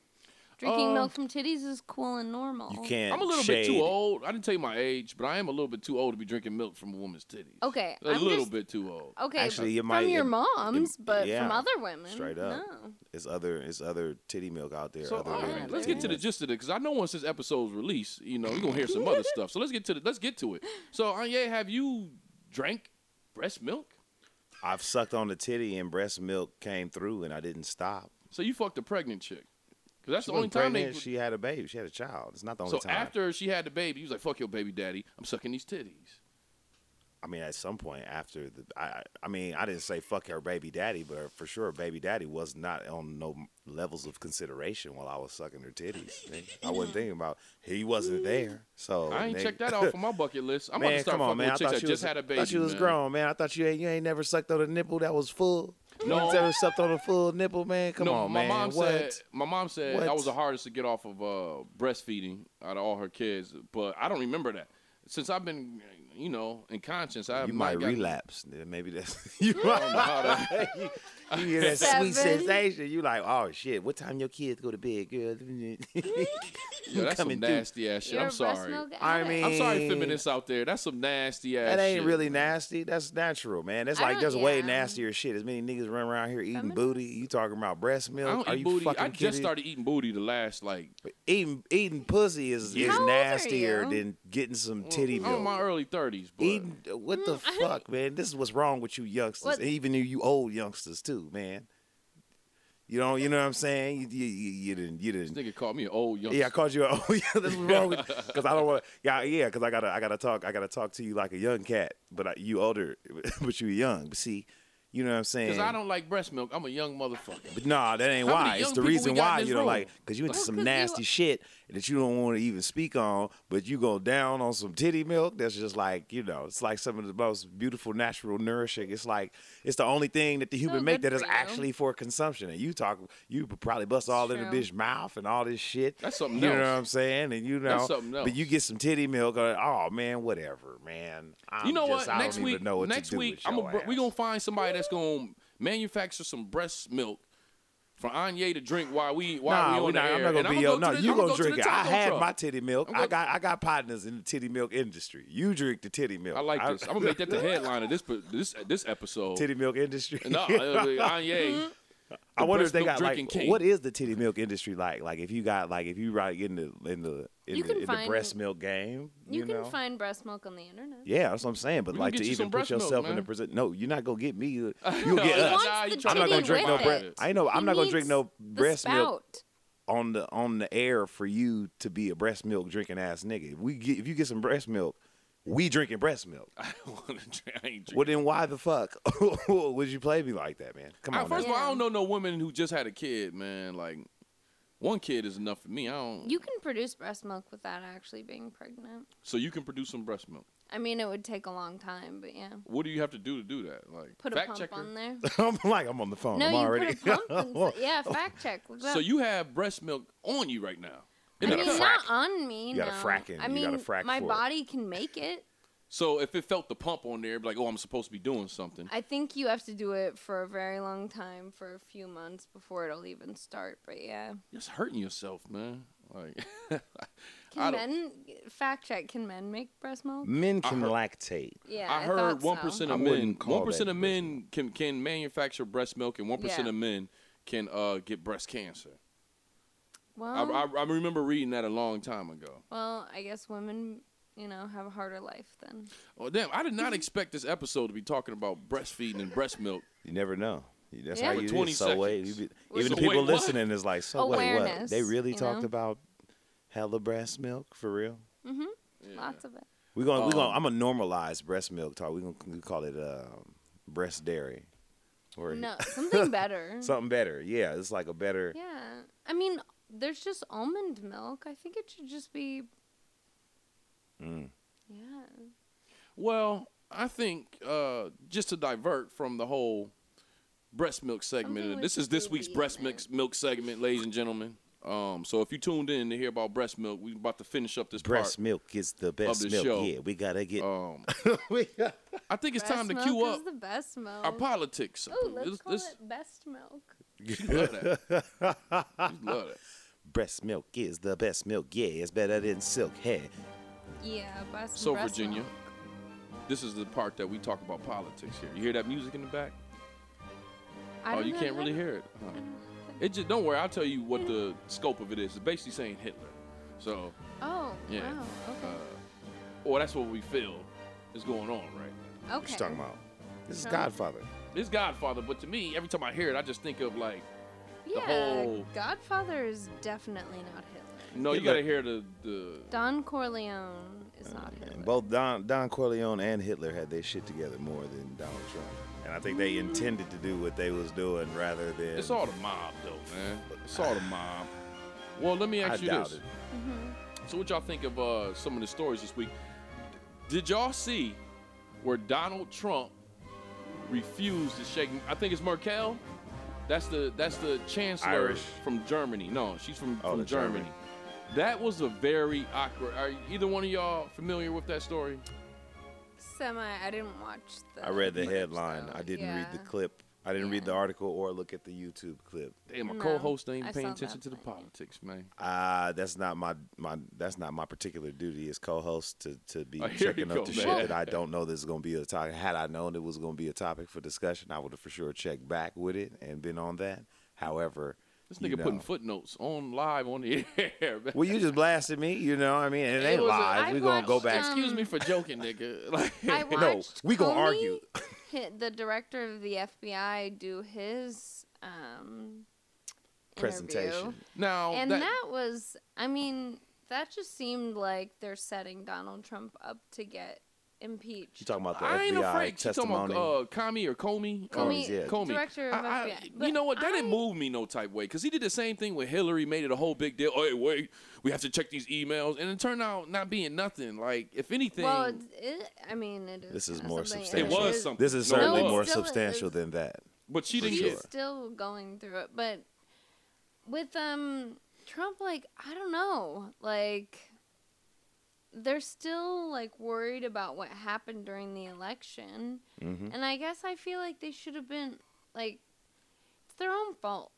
C: Drinking
A: Um,
C: milk from titties is cool and normal.
B: Oh. You can't.
A: I'm a little
B: shade.
A: bit too old. I didn't tell you my age, but I am a little bit too old to be drinking milk from a woman's titties.
C: Okay,
A: a
C: I'm
A: little
C: just-
A: bit too old.
C: Okay,
B: Actually, you
C: from
B: might-
C: your
B: it-
C: mom's, but from
B: yeah,
C: other women,
B: straight up.
C: no.
B: It's other. It's other titty milk out there.
A: So
B: other
A: all
B: women
A: right,
C: than
A: let's
B: titty
A: get to the
B: milk.
A: gist of it because I know once this episode's released, you know, you're gonna hear some
C: [laughs]
A: other stuff. So let's get to the let's get to it. So Anya, have you drank breast milk?
B: I've sucked on the titty and breast milk came through and I didn't stop.
A: So you fucked a pregnant chick because that's
B: She
A: the only
B: wasn't
A: time they.
B: pregnant, she had a baby. She had a child. It's not the only
A: so
B: time.
A: after she had the baby, you was like, "Fuck your baby daddy, I'm sucking these titties."
B: I mean, at some point after the, I, I- I mean, I didn't say fuck her baby daddy, but her, for sure, her baby daddy was not on no levels of consideration while I was sucking her titties. nigga. I wasn't thinking about he wasn't there, so
A: I ain't
B: nigga-
A: checked that
B: [laughs]
A: off on my bucket list. I'm
B: Oh, man,
A: about to start
B: come on,
A: fucking
B: man! I
A: with chicks
B: thought
A: that
B: you
A: just
B: was,
A: had a baby.
B: thought you was
A: man.
B: grown, man. I thought you ain't you ain't never sucked on a nipple that was full.
A: No.
B: you never sucked on a full nipple, man. Come
A: no,
B: on,
A: my
B: man.
A: mom
B: what?
A: said my mom said I
B: What?
A: was the hardest to get off of uh, breastfeeding out of all her kids, but I don't remember that. Since I've been you know, in conscience, I
B: You might
A: got-
B: relapse. Yeah, Maybe that's [laughs] you
A: Um, I don't know how that-
B: you, [laughs]
A: [laughs]
B: you hear that sweet
C: Seven.
B: sensation. You like, oh shit, what time your kids go to bed, girl? [laughs]
A: Yo, that's some
B: coming through.
A: nasty ass shit.
C: You're
A: I'm
C: a breast
A: sorry.
C: milk
B: I
C: addict.
B: mean-
A: I'm sorry, feminists out there. That's some nasty ass.
B: that ain't
A: shit.
B: really nasty. That's natural, man. That's
C: I
B: like
C: don't-
B: there's way
C: yeah.
B: nastier shit. As many niggas run around here eating
C: Feminists.
B: booty. You talking about breast
A: I
B: milk?
A: don't
B: Are
A: eat
B: you
A: booty.
B: fucking
A: I just
B: kidding?
A: started eating booty the last like
B: eating eating pussy is,
A: Yeah. Mm,
B: is
C: How old are
B: nastier
C: you?
B: than getting some titty
A: I'm in
B: milk.
A: my early 30s, but Mm,
B: Eating what the fuck, man? This is what's wrong with you youngsters,
C: What-
B: and even you- you old youngsters too, man. You know, you know what I'm saying? You, you, you, you didn't, you
A: this
B: didn't.
A: nigga called me an old young.
B: Yeah, I called you. [laughs] Oh, yeah, this is wrong with
A: [laughs]
B: because I don't want. Yeah, yeah, because I gotta, I gotta talk, I gotta talk to you like a young cat, but I, you older, [laughs] but you young. But see, you know what I'm saying?
A: because I don't like breast milk. I'm a young motherfucker.
B: But nah, that ain't
A: How many
B: why. It's
A: young
B: the
A: people
B: reason
A: we got in
B: why
A: this
B: you don't
A: room?
B: like because you into
C: Well,
B: some
C: 'cause you-
B: nasty shit that you don't want to even speak on, but you go down on some titty milk. That's just like you know, it's like some of the most beautiful, natural, nourishing. It's like it's the only thing that the human
C: So
B: make that
C: good
B: is
C: for you.
B: actually for consumption. And you talk, you probably bust all in the
C: true.
B: bitch mouth and all this shit.
A: That's something
B: You know
A: else.
B: what I'm saying? And you know,
A: That's something
B: but you
A: else.
B: get some titty milk. uh, Oh man, whatever, man. I'm
A: you know
B: just,
A: what?
B: I
A: Next
B: don't
A: week,
B: even know what to
A: next
B: do
A: week,
B: with
A: I'm
B: your
A: a, we
B: ass.
A: gonna find somebody that's gonna manufacture some breast milk for Anye to drink while we while
B: Nah,
A: we
B: we
A: on the
B: not,
A: air.
B: I'm not
A: And
B: gonna
A: I'ma
B: be
A: go
B: yo.
A: to
B: No,
A: the-
B: you
A: I'ma
B: gonna
A: go to
B: drink
A: the
B: it. I
A: taco
B: had
A: truck.
B: my titty milk.
A: I'm
B: I
A: gonna-
B: got I got partners in the titty milk industry. You drink the titty milk.
A: I like this. I'm gonna make that the headline of this this this episode.
B: [laughs] titty
A: [laughs]
B: milk industry.
A: No, it'll be Kanye.
B: [laughs] I wonder
A: breast
B: if they
A: uh, milk
B: got like
A: drinking king.
B: what is the titty milk industry like? Like if you got like if you right in the in the in,
C: You
B: the,
C: can
B: in the
C: find-
B: breast milk game,
C: You,
B: you,
C: can
B: know.
C: find breast milk on the internet.
B: yeah, that's what I'm saying. But
A: We gonna
B: like
A: get
B: to
A: you some
B: even put
A: breast milk,
B: yourself in the
A: man.
B: present. No, you're not gonna
A: [laughs]
B: get me. You'll get
C: [laughs]
B: us.
C: no, no. He wants the
A: I'm not gonna
C: titty
A: drink no
C: with
A: bread.
C: it.
B: I know. I'm
C: He
B: not gonna drink
C: needs
B: no
C: the
B: breast milk
C: spout.
B: on the on the air for you to be a breast milk drinking ass nigga. If we get if you get some breast milk, we drinking breast milk.
A: I don't want to drink. I ain't drinking.
B: Well then why the fuck [laughs] would you play me like that, man? Come
A: I-
B: on.
A: first
B: now.
A: of all, I
C: Yeah.
A: don't know no women who just had a kid, man. Like one kid is enough for me. I don't.
C: You can produce breast milk without actually being pregnant.
A: so you can produce some breast milk.
C: I mean, it would take a long time, but yeah.
A: What do you have to do to do that? Like
C: Put a
A: fact
C: pump
A: checker.
B: [laughs]
C: on there.
B: I'm like I'm on the phone.
C: no,
B: I'm
C: you
B: already [laughs]
C: put a pump. In, yeah, fact check. What's
A: So
C: up?
A: you have breast milk on you right now.
C: I
A: In the
C: mean,
A: cup.
C: not on me.
B: You gotta
C: no.
B: frack it.
C: I
B: You
C: mean,
B: gotta frack
C: my
B: for it.
C: body can make it.
A: so if it felt the pump on there, it'd be like, oh, I'm supposed to be doing something.
C: I think you have to do it for a very long time, for a few months before it'll even start. But yeah,
A: Just hurting yourself, man. Like I don't-
C: can men fact check? Can men make breast milk?
B: Men can
A: I heard-
B: lactate.
C: Yeah,
A: I heard one percent
B: I
A: of
B: wouldn't
A: men,
B: call
A: one percent
B: that
A: of men can can manufacture breast milk, and one
C: Yeah.
A: of men can uh, get breast cancer. I,
C: Well,
A: I, I remember reading that a long time ago.
C: well, I guess women, you know, have a harder life then.
A: Oh damn! I did
C: [laughs]
A: not expect this episode to be talking about breastfeeding and breast milk.
B: You never know. That's
C: Yeah.
B: how
C: For
B: you
A: 20
B: is. So wait,
A: seconds.
B: you be-
C: Well,
B: even
A: so
B: the people
A: wait, what?
B: listening is like, so wait, what?
C: Awareness,
B: They really
C: you
B: talked
C: know?
B: about hella breast milk for real.
A: Yeah.
C: Mm-hmm, Lots of it.
B: We're gonna we
C: Oh.
B: gonna
A: Um,
B: I'm gonna normalize breast milk talk. We're gonna we call it um, breast dairy.
A: [laughs]
B: Or
C: No, something better.
B: [laughs] something better. Yeah, it's like a better
C: yeah, I mean, there's just almond milk. I think it should just be.
B: Mm.
C: Yeah.
A: Well, I think uh, just to divert from the whole breast milk segment,
C: Something
A: and
C: with
A: this is this
C: booby
A: week's
C: in
A: breast
C: it.
A: milk, milk segment, ladies and gentlemen. Um, so if you tuned in to hear about breast milk, we're about to finish up this
B: breast milk is the Oh. best
A: the
B: milk.
A: show.
B: Yeah, we gotta get [laughs]
A: part. Um, I think it's time to
C: Breast
A: queue
C: milk
A: up
C: Is the best milk.
A: our politics.
C: Oh, let's
A: This-
C: call
A: this-
C: it best milk.
A: she love that. She love that.
B: breast milk is the best milk. Yeah, it's better than silk. Hey,
C: Yeah, best.
A: So
C: breast
A: Virginia,
C: milk.
A: this is the part that we talk about politics here. You hear that music in the back?
C: I
A: oh,
C: don't
A: you
C: know
A: can't
C: how
A: really
C: to-
A: hear it. huh? It just don't worry. I'll tell you what the scope of it is. It's basically saying Hitler. So,
C: Oh,
A: Yeah.
C: wow.
A: uh,
C: Okay.
A: or that's what we feel is going on right now.
C: okay.
B: what you talking about? This is
C: Huh?
B: Godfather.
A: It's Godfather, but to me, every time I hear it, I just think of like,
C: Yeah,
A: whole-
C: Godfather is definitely not Hitler.
A: no, you
B: Hitler.
A: gotta hear the the.
C: Don Corleone
A: Uh,
C: is not Hitler.
B: And both Don Don Corleone and Hitler had their shit together more than Donald Trump. And I think they intended to do what they was doing rather than
A: It's all the mob though, man. It's all
B: [sighs]
A: the mob. Well, let me
B: I
A: ask you
B: doubt
A: this.
B: it.
A: So, what y'all think of uh, some of the stories this week? Did y'all see where Donald Trump refused to shake? I think it's Merkel. That's the that's the chancellor
B: Irish.
A: from Germany. No, she's from,
B: Oh,
A: from
B: the
A: Germany.
B: German.
A: That was a very awkward. Are either one of y'all familiar with that story?
C: semi. I didn't watch the.
B: I read the
C: clip,
B: headline.
C: so,
B: I didn't read the
C: yeah.
B: clip. I didn't read
C: Yeah.
B: the article or look at the YouTube clip.
A: Damn, my
C: No,
A: co-host ain't
C: I
A: paying
C: saw
A: attention
C: that
A: to the
C: one.
A: politics, man.
B: Uh, that's not my my that's not my particular duty as co-host to to be
A: Oh, here
B: checking
A: you
B: up
A: go,
B: the
A: man.
B: shit
A: [laughs]
B: that I don't know this is going to be a topic. Had I known it was going to be a topic for discussion, I would have for sure checked back with it and been on that. However,
A: This
B: you
A: nigga putting
B: know-
A: footnotes on live on the [laughs] air. Man.
B: Well, you just blasted me, you know. what I mean, and
A: It
B: they
A: was a-
B: lies.
C: I
B: We're gonna go
C: watched,
B: back.
C: um,
A: Excuse me for joking, nigga. [laughs] Like,
C: I watched
B: No, we gonna
C: Comey,
B: argue. [laughs]
C: hi- the director of the FBI do his um,
B: Presentation. Oh,
C: interview,
A: now
C: and
A: that,
C: that, was, I mean, that just seemed like they're setting Donald Trump up to get impeached.
B: You talking about the
A: I ain't
B: FBI
A: afraid. She talking about
B: testimony?
A: uh, Comey or Comey? Um,
C: Comey,
B: yeah.
A: Comey.
C: director of
A: I- I-
C: FBI.
A: you
C: But
A: know what? That
C: I-
A: didn't move me no type way because he did the same thing with Hillary. Made it a whole big deal. Hey, wait, we have to check these emails, and it turned out not being nothing. Like, if anything,
C: Well, it, it, I mean, it is.
B: This is
C: kinda
B: more
C: something, and
B: substantial.
A: It was
C: is-
A: something.
B: This is
A: No,
B: certainly
A: it
B: more
C: still
B: substantial
C: is-
B: than that.
A: but she didn't
C: He's
A: get.
C: still going through it, but with um Trump, like I don't know, like they're still like worried about what happened during the election,
B: Mm-hmm.
C: and I guess I feel like they should have been like it's their own fault,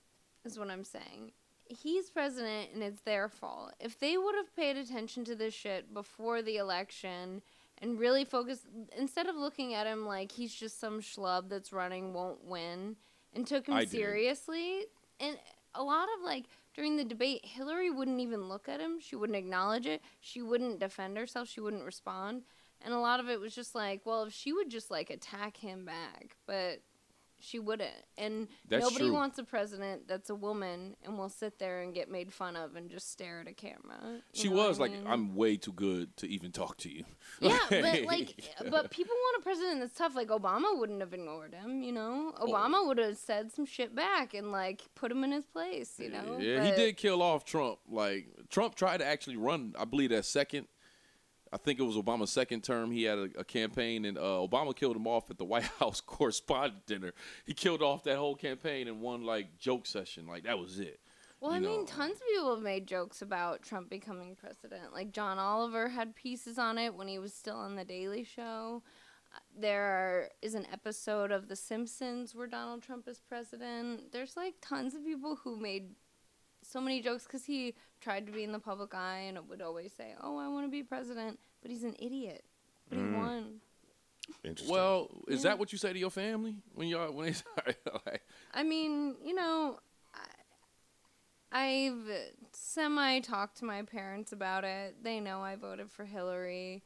C: is what I'm saying. He's president, and it's their fault. If they would have paid attention to this shit before the election and really focused, instead of looking at him like he's just some schlub that's running, won't win, and took him
A: I did.
C: seriously, and a lot of like during the debate, Hillary wouldn't even look at him. She wouldn't acknowledge it. She wouldn't defend herself. She wouldn't respond. And a lot of it was just like, well, if she would just like attack him back, but she wouldn't. And
A: That's
C: nobody
A: true.
C: wants a president that's a woman and will sit there and get made fun of and just stare at a camera. You
A: She
C: know what
A: was
C: I
A: like,
C: mean?
A: I'm way too good to even talk to you.
C: [laughs]
A: [laughs]
C: Yeah, but like, but people want a president that's tough. Like Obama wouldn't have ignored him, you know.
A: Oh.
C: Obama would have said some shit back and like put him in his place, you know.
A: Yeah,
C: But-
A: he did kill off Trump. Like Trump tried to actually run. I believe that second. I think it was Obama's second term. He had a, a campaign, and uh, Obama killed him off at the [laughs] White House Correspondent Dinner. He killed off that whole campaign in one like joke session. Like that was it.
C: Well, I
A: you know.
C: mean, tons of people have made jokes about Trump becoming president. Like John Oliver had pieces on it when he was still on the Daily Show. Uh, There are, is an episode of The Simpsons where Donald Trump is president. There's like tons of people who made so many jokes because he tried to be in the public eye and would always say, "Oh, I want to be president," but he's an idiot. But
A: Mm.
C: he won.
B: Interesting.
A: Well, is
C: Yeah.
A: that what you say to your family when y'all when they [laughs] start like?
C: I mean, you know, I, I've semi talked to my parents about it. They know I voted for Hillary.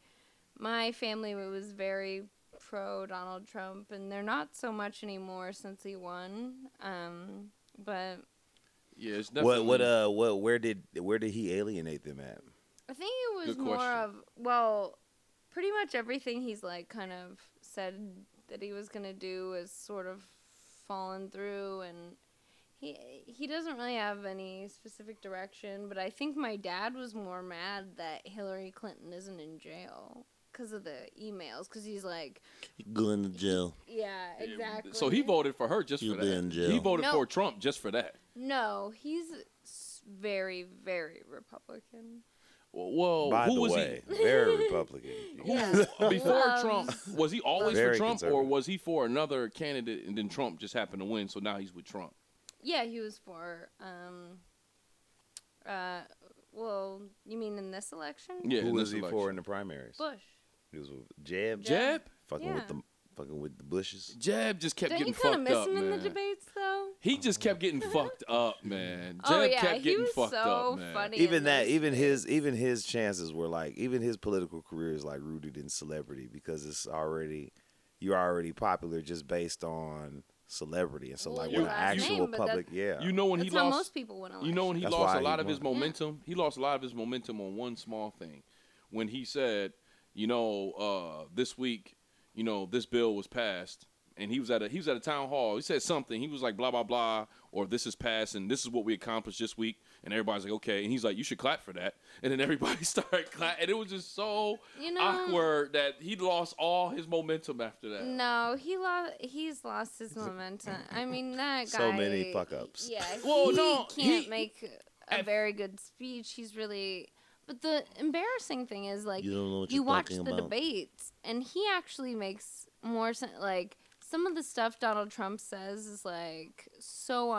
C: My family was very pro Donald Trump, and they're not so much anymore since he won. Um, but
A: Yeah, it's
B: what
A: definitely.
B: what uh what where did where did he alienate them at?
C: I think it was
A: Good
C: more
A: question.
C: of well, pretty much everything he's like kind of said that he was gonna do is sort of fallen through, and he he doesn't really have any specific direction. But I think my dad was more mad that Hillary Clinton isn't in jail because of the emails, because he's like,
B: Going to jail.
C: yeah, exactly.
A: So he voted for her just
B: You'll
A: for
B: be
A: that.
B: in jail.
A: He voted
C: No.
A: for Trump just for that.
C: No, he's s- very very Republican.
A: Well,
B: By
A: Oh, who
B: the
A: was
B: way, very Republican.
A: he? [laughs] Who,
C: Yeah.
A: Before
C: Loves-
A: Trump, was he always for
B: Very
A: Trump, or
B: conservative.
A: was he for another candidate, and then Trump just happened to win, so now he's with Trump?
C: Yeah, he was for um uh well, you mean in this election?
A: Yeah,
B: Who
A: in
B: was
A: this
B: he
A: election.
B: for in the primaries?
C: Bush.
B: He was with Jeb.
A: Jeb?
B: Fucking with
C: Yeah.
B: the fucking with the Bushes.
A: Jeb just kept
C: Don't you
A: getting
C: kind of
A: fucked
C: miss
A: up,
C: him in
A: man.
C: the debates though?
A: He just kept getting fucked up, man. Jeb
C: oh yeah,
A: kept
C: he
A: getting
C: was
A: fucked
C: so
A: up, man.
C: funny. in
B: Even that,
C: those
B: even
C: debates.
B: his, even his chances were like, even his political career is like rooted in celebrity because it's already, you're already popular just based on celebrity, and so
C: Well,
B: like
C: your
B: when an
C: last
B: actual
C: name, but that-
B: public, yeah,
A: You know when
C: That's
A: he
C: how
A: lost.
C: most people win
A: You know when he
B: That's
A: lost
B: why
A: a lot
B: he
A: of his
B: won.
C: Yeah.
A: momentum. He lost a lot of his momentum on one small thing, when he said, you know, uh, this week, you know, this bill was passed, and he was at a he was at a town hall. He said something. He was like blah blah blah, or this is passed, and this is what we accomplished this week. And everybody's like, okay. And he's like, you should clap for that. [laughs] And then everybody started clap, and it was just so
C: You know-
A: awkward that he lost all his momentum after that.
C: No, he lost. He's lost his momentum. I mean,
A: [laughs]
C: that guy.
B: So many fuck ups.
C: Yeah.
A: Well,
C: he
A: no,
C: can't
A: he-
C: make a
A: at-
C: very good speech. He's really. But the embarrassing thing is like
B: You don't know what
C: you
B: you're
C: watch the
B: talking about.
C: debates and he actually makes more sense like some of the stuff Donald Trump says is like so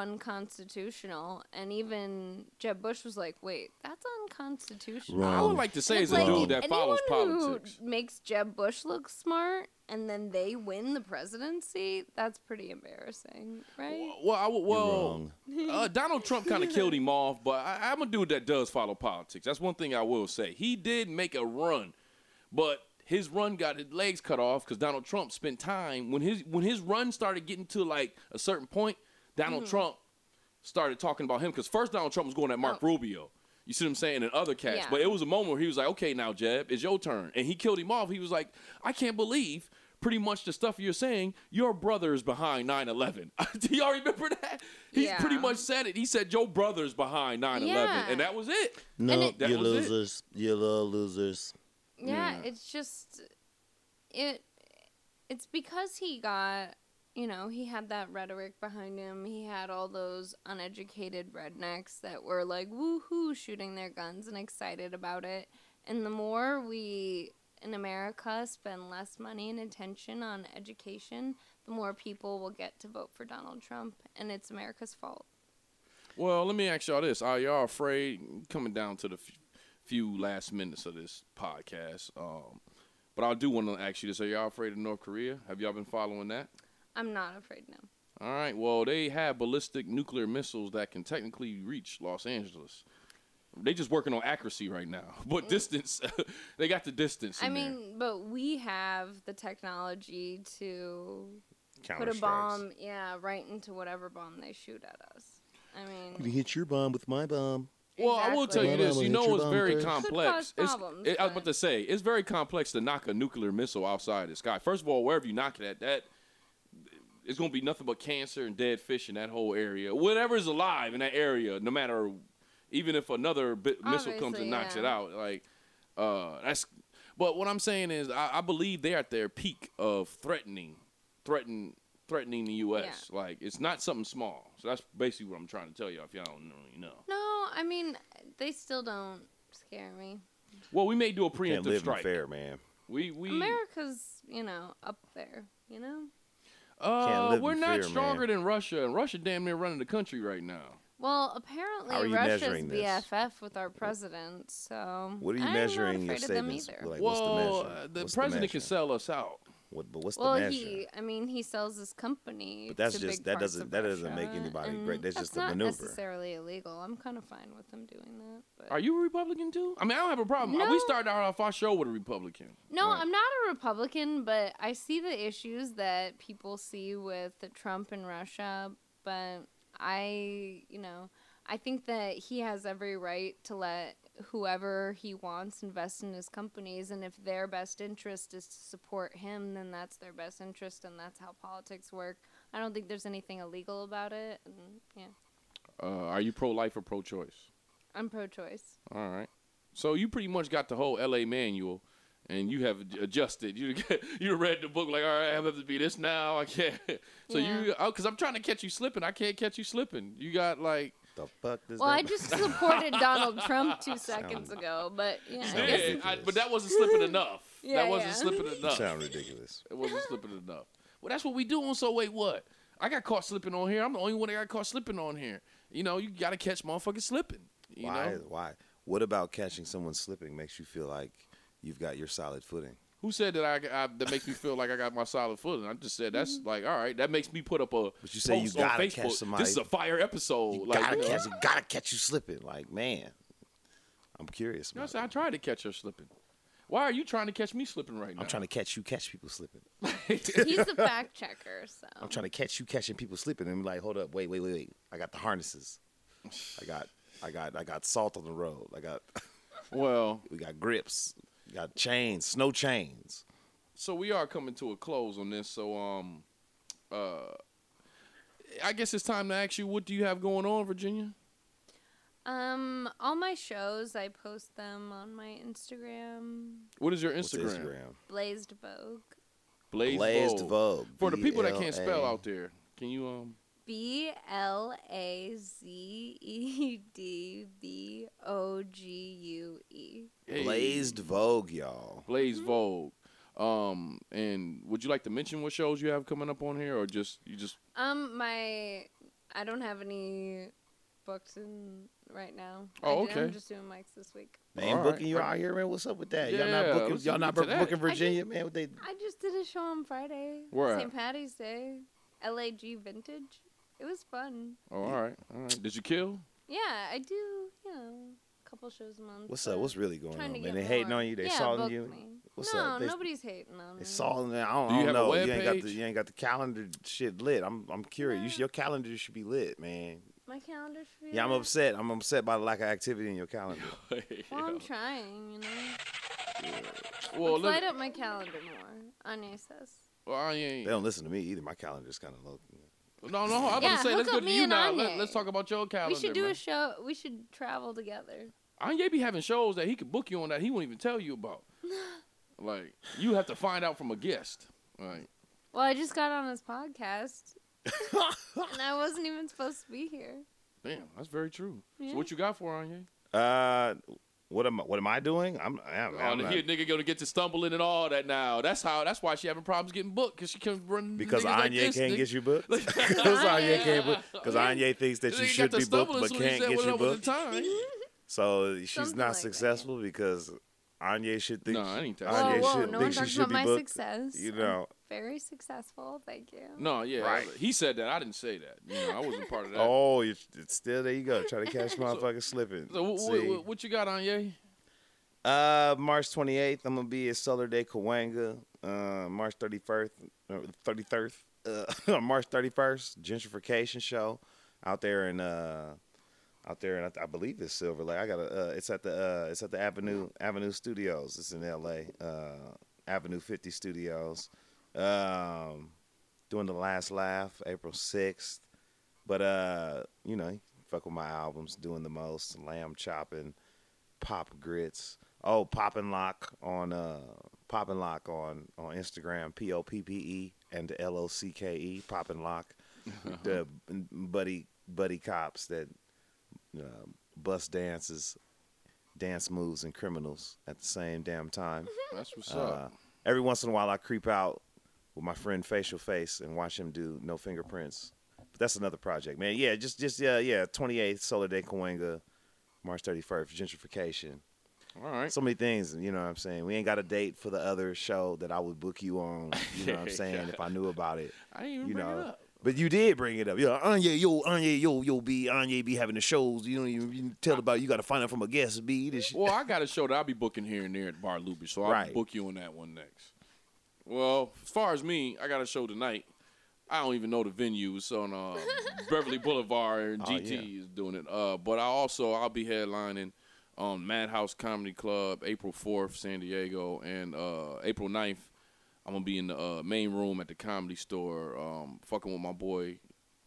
C: unconstitutional and even Jeb Bush was like, "Wait, that's unconstitutional."
A: I
B: Wrong.
A: would like to say
C: And
A: is
C: it's
A: a
C: like,
A: dude that follows
C: anyone
A: politics.
C: Who makes Jeb Bush look smart and then they win the presidency, that's pretty embarrassing, right?
A: Well, I, would- well
B: wrong.
C: [laughs]
A: Uh, Donald Trump kind of killed him off, but I, I'm a dude that does follow politics. That's one thing I will say. He did make a run, but his run got his legs cut off because Donald Trump spent time when his when his run started getting to like a certain point. Donald
C: Mm-hmm.
A: Trump started talking about him because first Donald Trump was going at Mark
C: Oh.
A: Rubio. You see what I'm saying? And other cats.
C: Yeah.
A: But it was a moment where he was like, okay, now, Jeb, it's your turn. And he killed him off. He was like, I can't believe pretty much the stuff you're saying. Your brother is behind 9 11. [laughs] Do y'all remember that? He
C: Yeah.
A: pretty much said it. He said, your brother's behind 9 11.
C: Yeah.
A: And that was it.
B: No,
C: it-
A: That
B: you
A: was it.
B: losers. You little losers.
C: yeah,
A: Yeah.
C: it's just it it's because he got you know he had that rhetoric behind him he had all those uneducated rednecks that were like woohoo shooting their guns and excited about it and the more we in america spend less money and attention on education the more people will get to vote for donald trump and it's america's fault
A: Well, let me ask y'all this. Are y'all afraid, coming down to the f- few last minutes of this podcast, um, but I do want to ask you this. Are y'all afraid of North Korea? Have y'all been following that?
C: i'm not afraid now
A: All right. Well, they have ballistic nuclear missiles that can technically reach Los Angeles. They just working on accuracy right now, [laughs] but distance. they got the distance.
C: Mm. i
A: in there.
C: mean but we have the technology to put
E: Counter
C: a
E: strikes.
C: bomb, yeah, right into whatever bomb they shoot at us. I
B: You can
C: mean,
B: hit your bomb with my bomb.
A: Well, I will tell
C: exactly.
A: you
B: Well, that
A: this.
B: was
A: You
B: a
A: know,
B: true
A: it's
B: bomb
A: very
B: first.
C: Could
A: complex.
C: cause
A: It's,
C: problems,
A: it, I was about
C: but-
A: to say it's very complex to knock a nuclear missile outside the sky. First of all, wherever you knock it at, that it's going to be nothing but cancer and dead fish in that whole area. Whatever is alive in that area, no matter, even if another bit, missile comes
C: Obviously,
A: and knocks
C: yeah.
A: it out, like uh, that's. But what I'm saying is, I, I believe they're at their peak of threatening, threaten, threatening the U.S. Like it's not something small. So that's basically what I'm trying to tell y'all. If y'all don't really know.
C: No, I mean, they still don't scare me.
A: Well, we may do a
B: Can't
A: preemptive
B: live in
A: strike.
B: fair, man.
A: We we
C: America's, you know, up there, you know?
A: uh,
B: Can't live
A: we're
B: in
A: not
B: fear,
A: stronger than Russia, and Russia damn near running the country right now.
C: Well,
B: How are
C: apparently
B: you
C: Russia's
B: measuring this?
C: BFF with our president, so.
B: What are you
C: I'm not
B: measuring your
C: afraid of them
B: statements?
C: either.
B: Like, what's the
A: well,
B: measure?
A: uh, the
B: What's
A: president
B: measure?
A: can sell us out.
B: What, but what's
C: Well,
B: the measure?
C: he, I mean, he sells his company.
B: But that's
C: to
B: just-
C: big
B: that
C: parts
B: doesn't-
C: of
B: that doesn't make
C: Russia,
B: anybody
C: and
B: great. That's just a
C: not
B: maneuver.
C: necessarily illegal. I'm kind of fine with them doing that. But.
A: Are you a Republican too? I mean, I don't have a problem. Uh,
C: No.
A: We started our off our show with a Republican.
C: No,
A: Right.
C: I'm not a Republican, but I see the issues that people see with the Trump and Russia. But I, you know, I think that he has every right to let whoever he wants invest in his companies. And if their best interest is to support him, then that's their best interest, and that's how politics work. I don't think there's anything illegal about it. And yeah,
A: Uh, are you pro-life or pro-choice?
C: I'm pro choice.
A: All right. So you pretty much got the whole L.A. manual, and you have ad- adjusted. You [laughs] you read the book like, all right, I have to be this now. I can't. [laughs] So you, because I'm trying to catch you slipping. I can't catch you slipping. You got like
B: the fuck does
C: Well,
B: that
C: I just supported Donald Trump two seconds ago, but yeah, I guess
A: Yeah,
B: it's-
A: I- but that wasn't slipping enough. that
C: [laughs] Yeah,
A: wasn't
C: yeah.
A: slipping enough.
B: sound ridiculous?
A: It wasn't slipping enough. Well, that's what we doing. So wait, what? I got caught slipping on here. I'm the only one that got caught slipping on here. You know, you gotta catch motherfuckers slipping. You
B: why?
A: know,
B: Why? What about catching someone slipping makes you feel like you've got your solid footing?
A: who said that? I, I that makes me feel like I got my solid footing. I just said that's
C: Mm-hmm.
A: like all right. That makes me put up a.
B: But you say you
A: post on
B: gotta
A: Facebook.
B: catch somebody.
A: This is a fire episode.
B: You
A: like,
B: gotta
A: you know?
B: catch. You gotta catch you slipping. Like man, I'm curious.
A: You know, I
B: about
A: said,
B: that.
A: I tried to catch her slipping. Why are you trying to catch me slipping right now?
B: I'm trying to catch you catch people slipping. [laughs]
C: He's a fact checker, so.
B: I'm trying to catch you catching people slipping and be like, hold up, wait, wait, wait, wait. I got the harnesses. I got I got I got salt on the road. I got
A: [laughs] Well,
B: we got grips. We got chains, snow chains.
A: so we are coming to a close on this. So um, uh, I guess it's time to ask you, what do you have going on, Virginia?
C: Um, all my shows, I post them on my Instagram,
A: What is your
B: What's the
A: Instagram?
C: Blazed Vogue.
A: Blaze,
B: Blaze
A: Vogue.
B: Vogue.
A: For the people that can't
B: B L A.
A: spell out there, can you um?
C: B L A Z E D B O G U E.
A: Hey,
B: Blazed Vogue, y'all.
A: Blaze Vogue. Um, and would you like to mention what shows you have coming up on here, or just you just
C: Um, my I don't have any books in right now.
A: Oh,
C: I did- I'm
A: okay.
C: just doing mics this week.
B: They ain't
A: All right.
B: booking you out here, man. What's up with that? y'all
A: Yeah,
B: not booking,
A: let's
B: y'all
A: get
B: not
A: to
B: booking
A: that.
B: Virginia, man. What they
C: I just did a show on Friday,
A: Where at?
C: St. Patty's Day, LAG Vintage. It was fun.
A: Oh, all right, all right. Did you kill?
C: Yeah, I do. You know, a couple shows a month.
B: What's up?
C: but
B: What's really going
C: trying
B: on,
C: to
B: man?
C: get
B: They hating
C: more.
B: on you. They
C: yeah,
B: salting
C: book
B: you.
C: Me.
B: What's
C: no,
B: up? They-
C: nobody's hating on me.
B: They salting. I don't,
A: Do you
B: I
A: have
B: don't
A: a
B: know. You ain't got
A: webpage?
B: the you ain't got the calendar shit lit. I'm I'm curious. You should, your calendar should be lit, man.
C: My calendar for
B: Yeah, I'm upset. I'm upset by the lack of activity in your calendar.
C: Well, I'm trying, you know.
A: Well,
C: Let's
A: let,
C: light up my calendar more. Anya says.
A: well, I
B: They
A: ain't.
B: don't listen to me either. My calender's kind of low. [laughs]
A: No, no. I'm
C: Yeah,
A: gonna say let's
C: hook
A: go
C: up
A: to
C: me
A: you
C: and
A: now.
C: Anya.
A: Let, us talk about your calendar.
C: We should do
A: man.
C: a show. We should travel together.
A: Anya be having shows that he could book you on that he won't even tell you about. like you have to find out from a guest. Like
C: Well, I just got on his podcast, and I wasn't even supposed to be here.
A: damn, that's very true.
C: Yeah.
A: So what you got for Anya?
B: Uh, what am I, what am I doing? I'm, I'm,
A: Oh,
B: I'm
A: the
B: not-
A: here nigga gonna get to stumbling and all that now. That's how. That's why she having problems getting booked because she can run
B: because
A: niggas
B: Anya
A: like this,
B: can't
A: nigga.
B: get
A: [laughs]
B: you booked. [laughs] Because
C: Yeah.
B: Anya can't book. Because
C: Yeah.
B: Anya thinks that
A: Nigga
B: you
A: got
B: should
A: to
B: be booked,
A: stumble as
B: but
A: soon as he
B: can't
A: said,
B: get
A: "What
B: you
A: up with
B: booked.
A: the time?"
B: So she's
C: Something
B: not
C: like that, yeah.
B: successful because Anya should think.
A: No,
B: she-
A: I ain't that
C: Whoa,
A: Anya
C: whoa!
B: should
C: No
B: think
C: one
B: she
C: talks
B: should
C: about
B: be
C: my
B: booked,
C: success.
B: You
C: I'm
B: know.
C: very successful. Thank you.
A: [laughs] No, yeah,
B: Right.
A: he said that. I didn't say that. You know, I wasn't part of that.
B: Oh, you- it's still there. You go. Try to
A: [laughs]
B: catch motherfucker slipping.
A: So what,
B: See?
A: what, what you got, Anya?
B: Uh, March 28th, I'm gonna be at Solar Day Kawanga. Uh, March 31st, uh, 33rd, uh, [laughs] March 31st, gentrification show out there in uh, out there in I, I believe it's Silver Lake. I got a uh, it's at the uh, it's at the Avenue Avenue Studios. It's in L.A. Uh, Avenue 50 Studios. Um, doing the last laugh, April 6th. But uh, you know, fuck with my albums, doing the most, lamb chopping, pop grits. Oh, pop and lock on uh pop and lock on on Instagram, P O P P E and L O C K E, pop and lock. The buddy buddy cops that uh, bust dances, dance moves, and criminals at the same damn time.
A: That's what's
B: Uh,
A: up.
B: every once in a while, I creep out with my friend Facial Face and watch him do No Fingerprints. But that's another project, man. Yeah, just just yeah, yeah. Twenty eighth, Solar Day, Coenga, March thirty first, gentrification.
A: All right.
B: [laughs] So many things, you know what I'm saying. We ain't got a date for the other show that I would book you on. You know what I'm saying? if I knew about it,
A: I didn't even
B: you
A: bring it
B: know.
A: up.
B: But you did bring it up. Yeah, Anya, yo, Anya, yo, yo, B, Anya be having the shows. You don't even you can tell about. it. You got to find out from a guest, B. This shit.
A: Well, I got a show that I'll be booking here and there at Bar Luby, so I'll
B: Right.
A: book you on that one next. Well, as far as me, I got a show tonight. I don't even know the venue. It's on
B: [laughs]
A: uh, Beverly Boulevard, and
B: Oh,
A: GT is doing it. Uh, but I also I'll be headlining on Madhouse Comedy Club April fourth, San Diego, and uh, April 9th, I'm gonna be in the uh, main room at the Comedy Store, um, fucking with my boy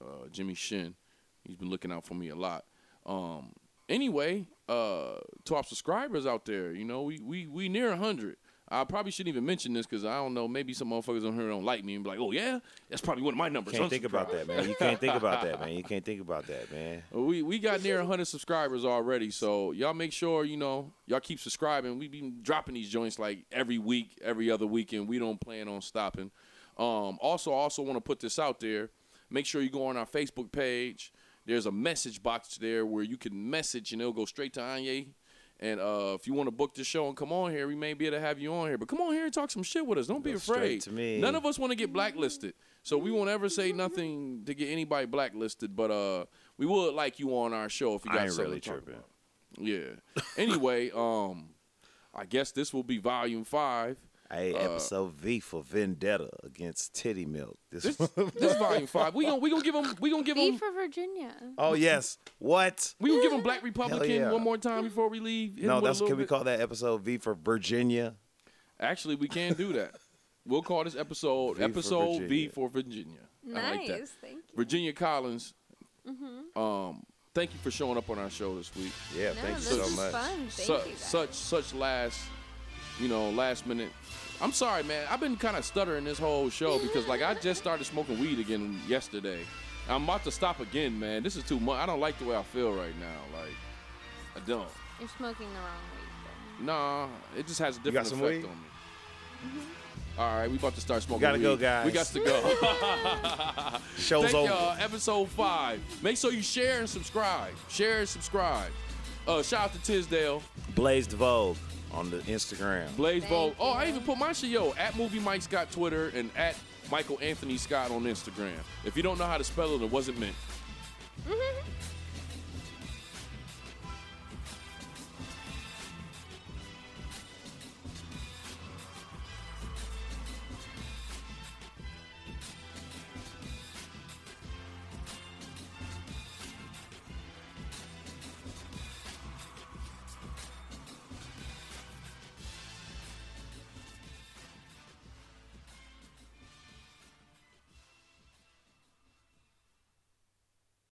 A: uh, Jimmy Shin. He's been looking out for me a lot. Um, anyway, uh, to our subscribers out there, you know, we we we near hundred. I probably shouldn't even mention this because I don't know. Maybe some motherfuckers on here don't like me and be like, "Oh yeah, that's probably one of my numbers."
B: can't
A: I'm
B: think about
A: subscribed."
B: that, man. You can't think about that, man. You can't think about that, man.
A: We we got near hundred subscribers already, so y'all make sure you know y'all keep subscribing. We be dropping these joints like every week, every other weekend. We don't plan on stopping. Um, also, also want to put this out there. Make sure you go on our Facebook page. There's a message box there where you can message and it'll go straight to Anya. And uh, if you want to book the show and come on here, we may be able to have you on here. But come on here and talk some shit with us. Don't be
B: Go straight
A: afraid.
B: to me.
A: None of us want to get blacklisted, so we won't ever say nothing to get anybody blacklisted. But uh, we would like you on our show if you got
B: I ain't
A: something
B: really
A: to talk
B: tripping.
A: about. Yeah.
B: [laughs]
A: Anyway, um, I guess this will be volume five.
B: Hey,
A: Uh,
B: episode V for Vendetta against Titty Milk. This,
A: This [laughs] this volume five. We gonna we gonna give them we gonna give
C: V
A: them
C: for Virginia.
B: [laughs] Oh yes. What?
A: we gonna give them Black Republican
B: yeah.
A: one more time before we leave. Hit 'em
B: no,
A: with a
B: that's
A: little
B: can we
A: bit.
B: call that episode V for Virginia?
A: Actually, we can do that. We'll call this episode
B: for
A: episode V
B: Virginia.
A: for Virginia. I like
C: Nice. Mm-hmm.
A: that.
C: Thank you.
A: Virginia Collins. Um, thank you for showing up on our show this week.
B: Yeah,
C: No,
B: thank you
C: this
B: so
C: is
B: much.
C: fun. Thank
A: Su-
C: you. guys.
A: such such last, you know, last minute I'm sorry, man. I've been kind of stuttering this whole show because, like, I just started smoking weed again yesterday. I'm about to stop again, man. This is too much. I don't like the way I feel right now. Like, I don't.
C: You're smoking the wrong
A: Nah, it just has a
E: got
A: different
E: some
A: effect
E: weed?
A: on me. Mm-hmm. All right, we about to start smoking.
E: gotta
A: weed.
E: go, guys.
A: We got
E: [laughs]
A: to go.
E: Show's
A: Thank
E: over.
A: y'all. Episode five. Make sure you share and subscribe. Share and subscribe. Uh, shout out to Tisdale,
E: Blazed Vogue.
B: on the Instagram.
A: Blaze
C: Thank
A: Bowl. Oh, I
C: you.
A: even put my shit yo at Movie Mike Scott Twitter and at Michael Anthony Scott on Instagram. If you don't know how to spell it, it wasn't meant.
C: weed. though.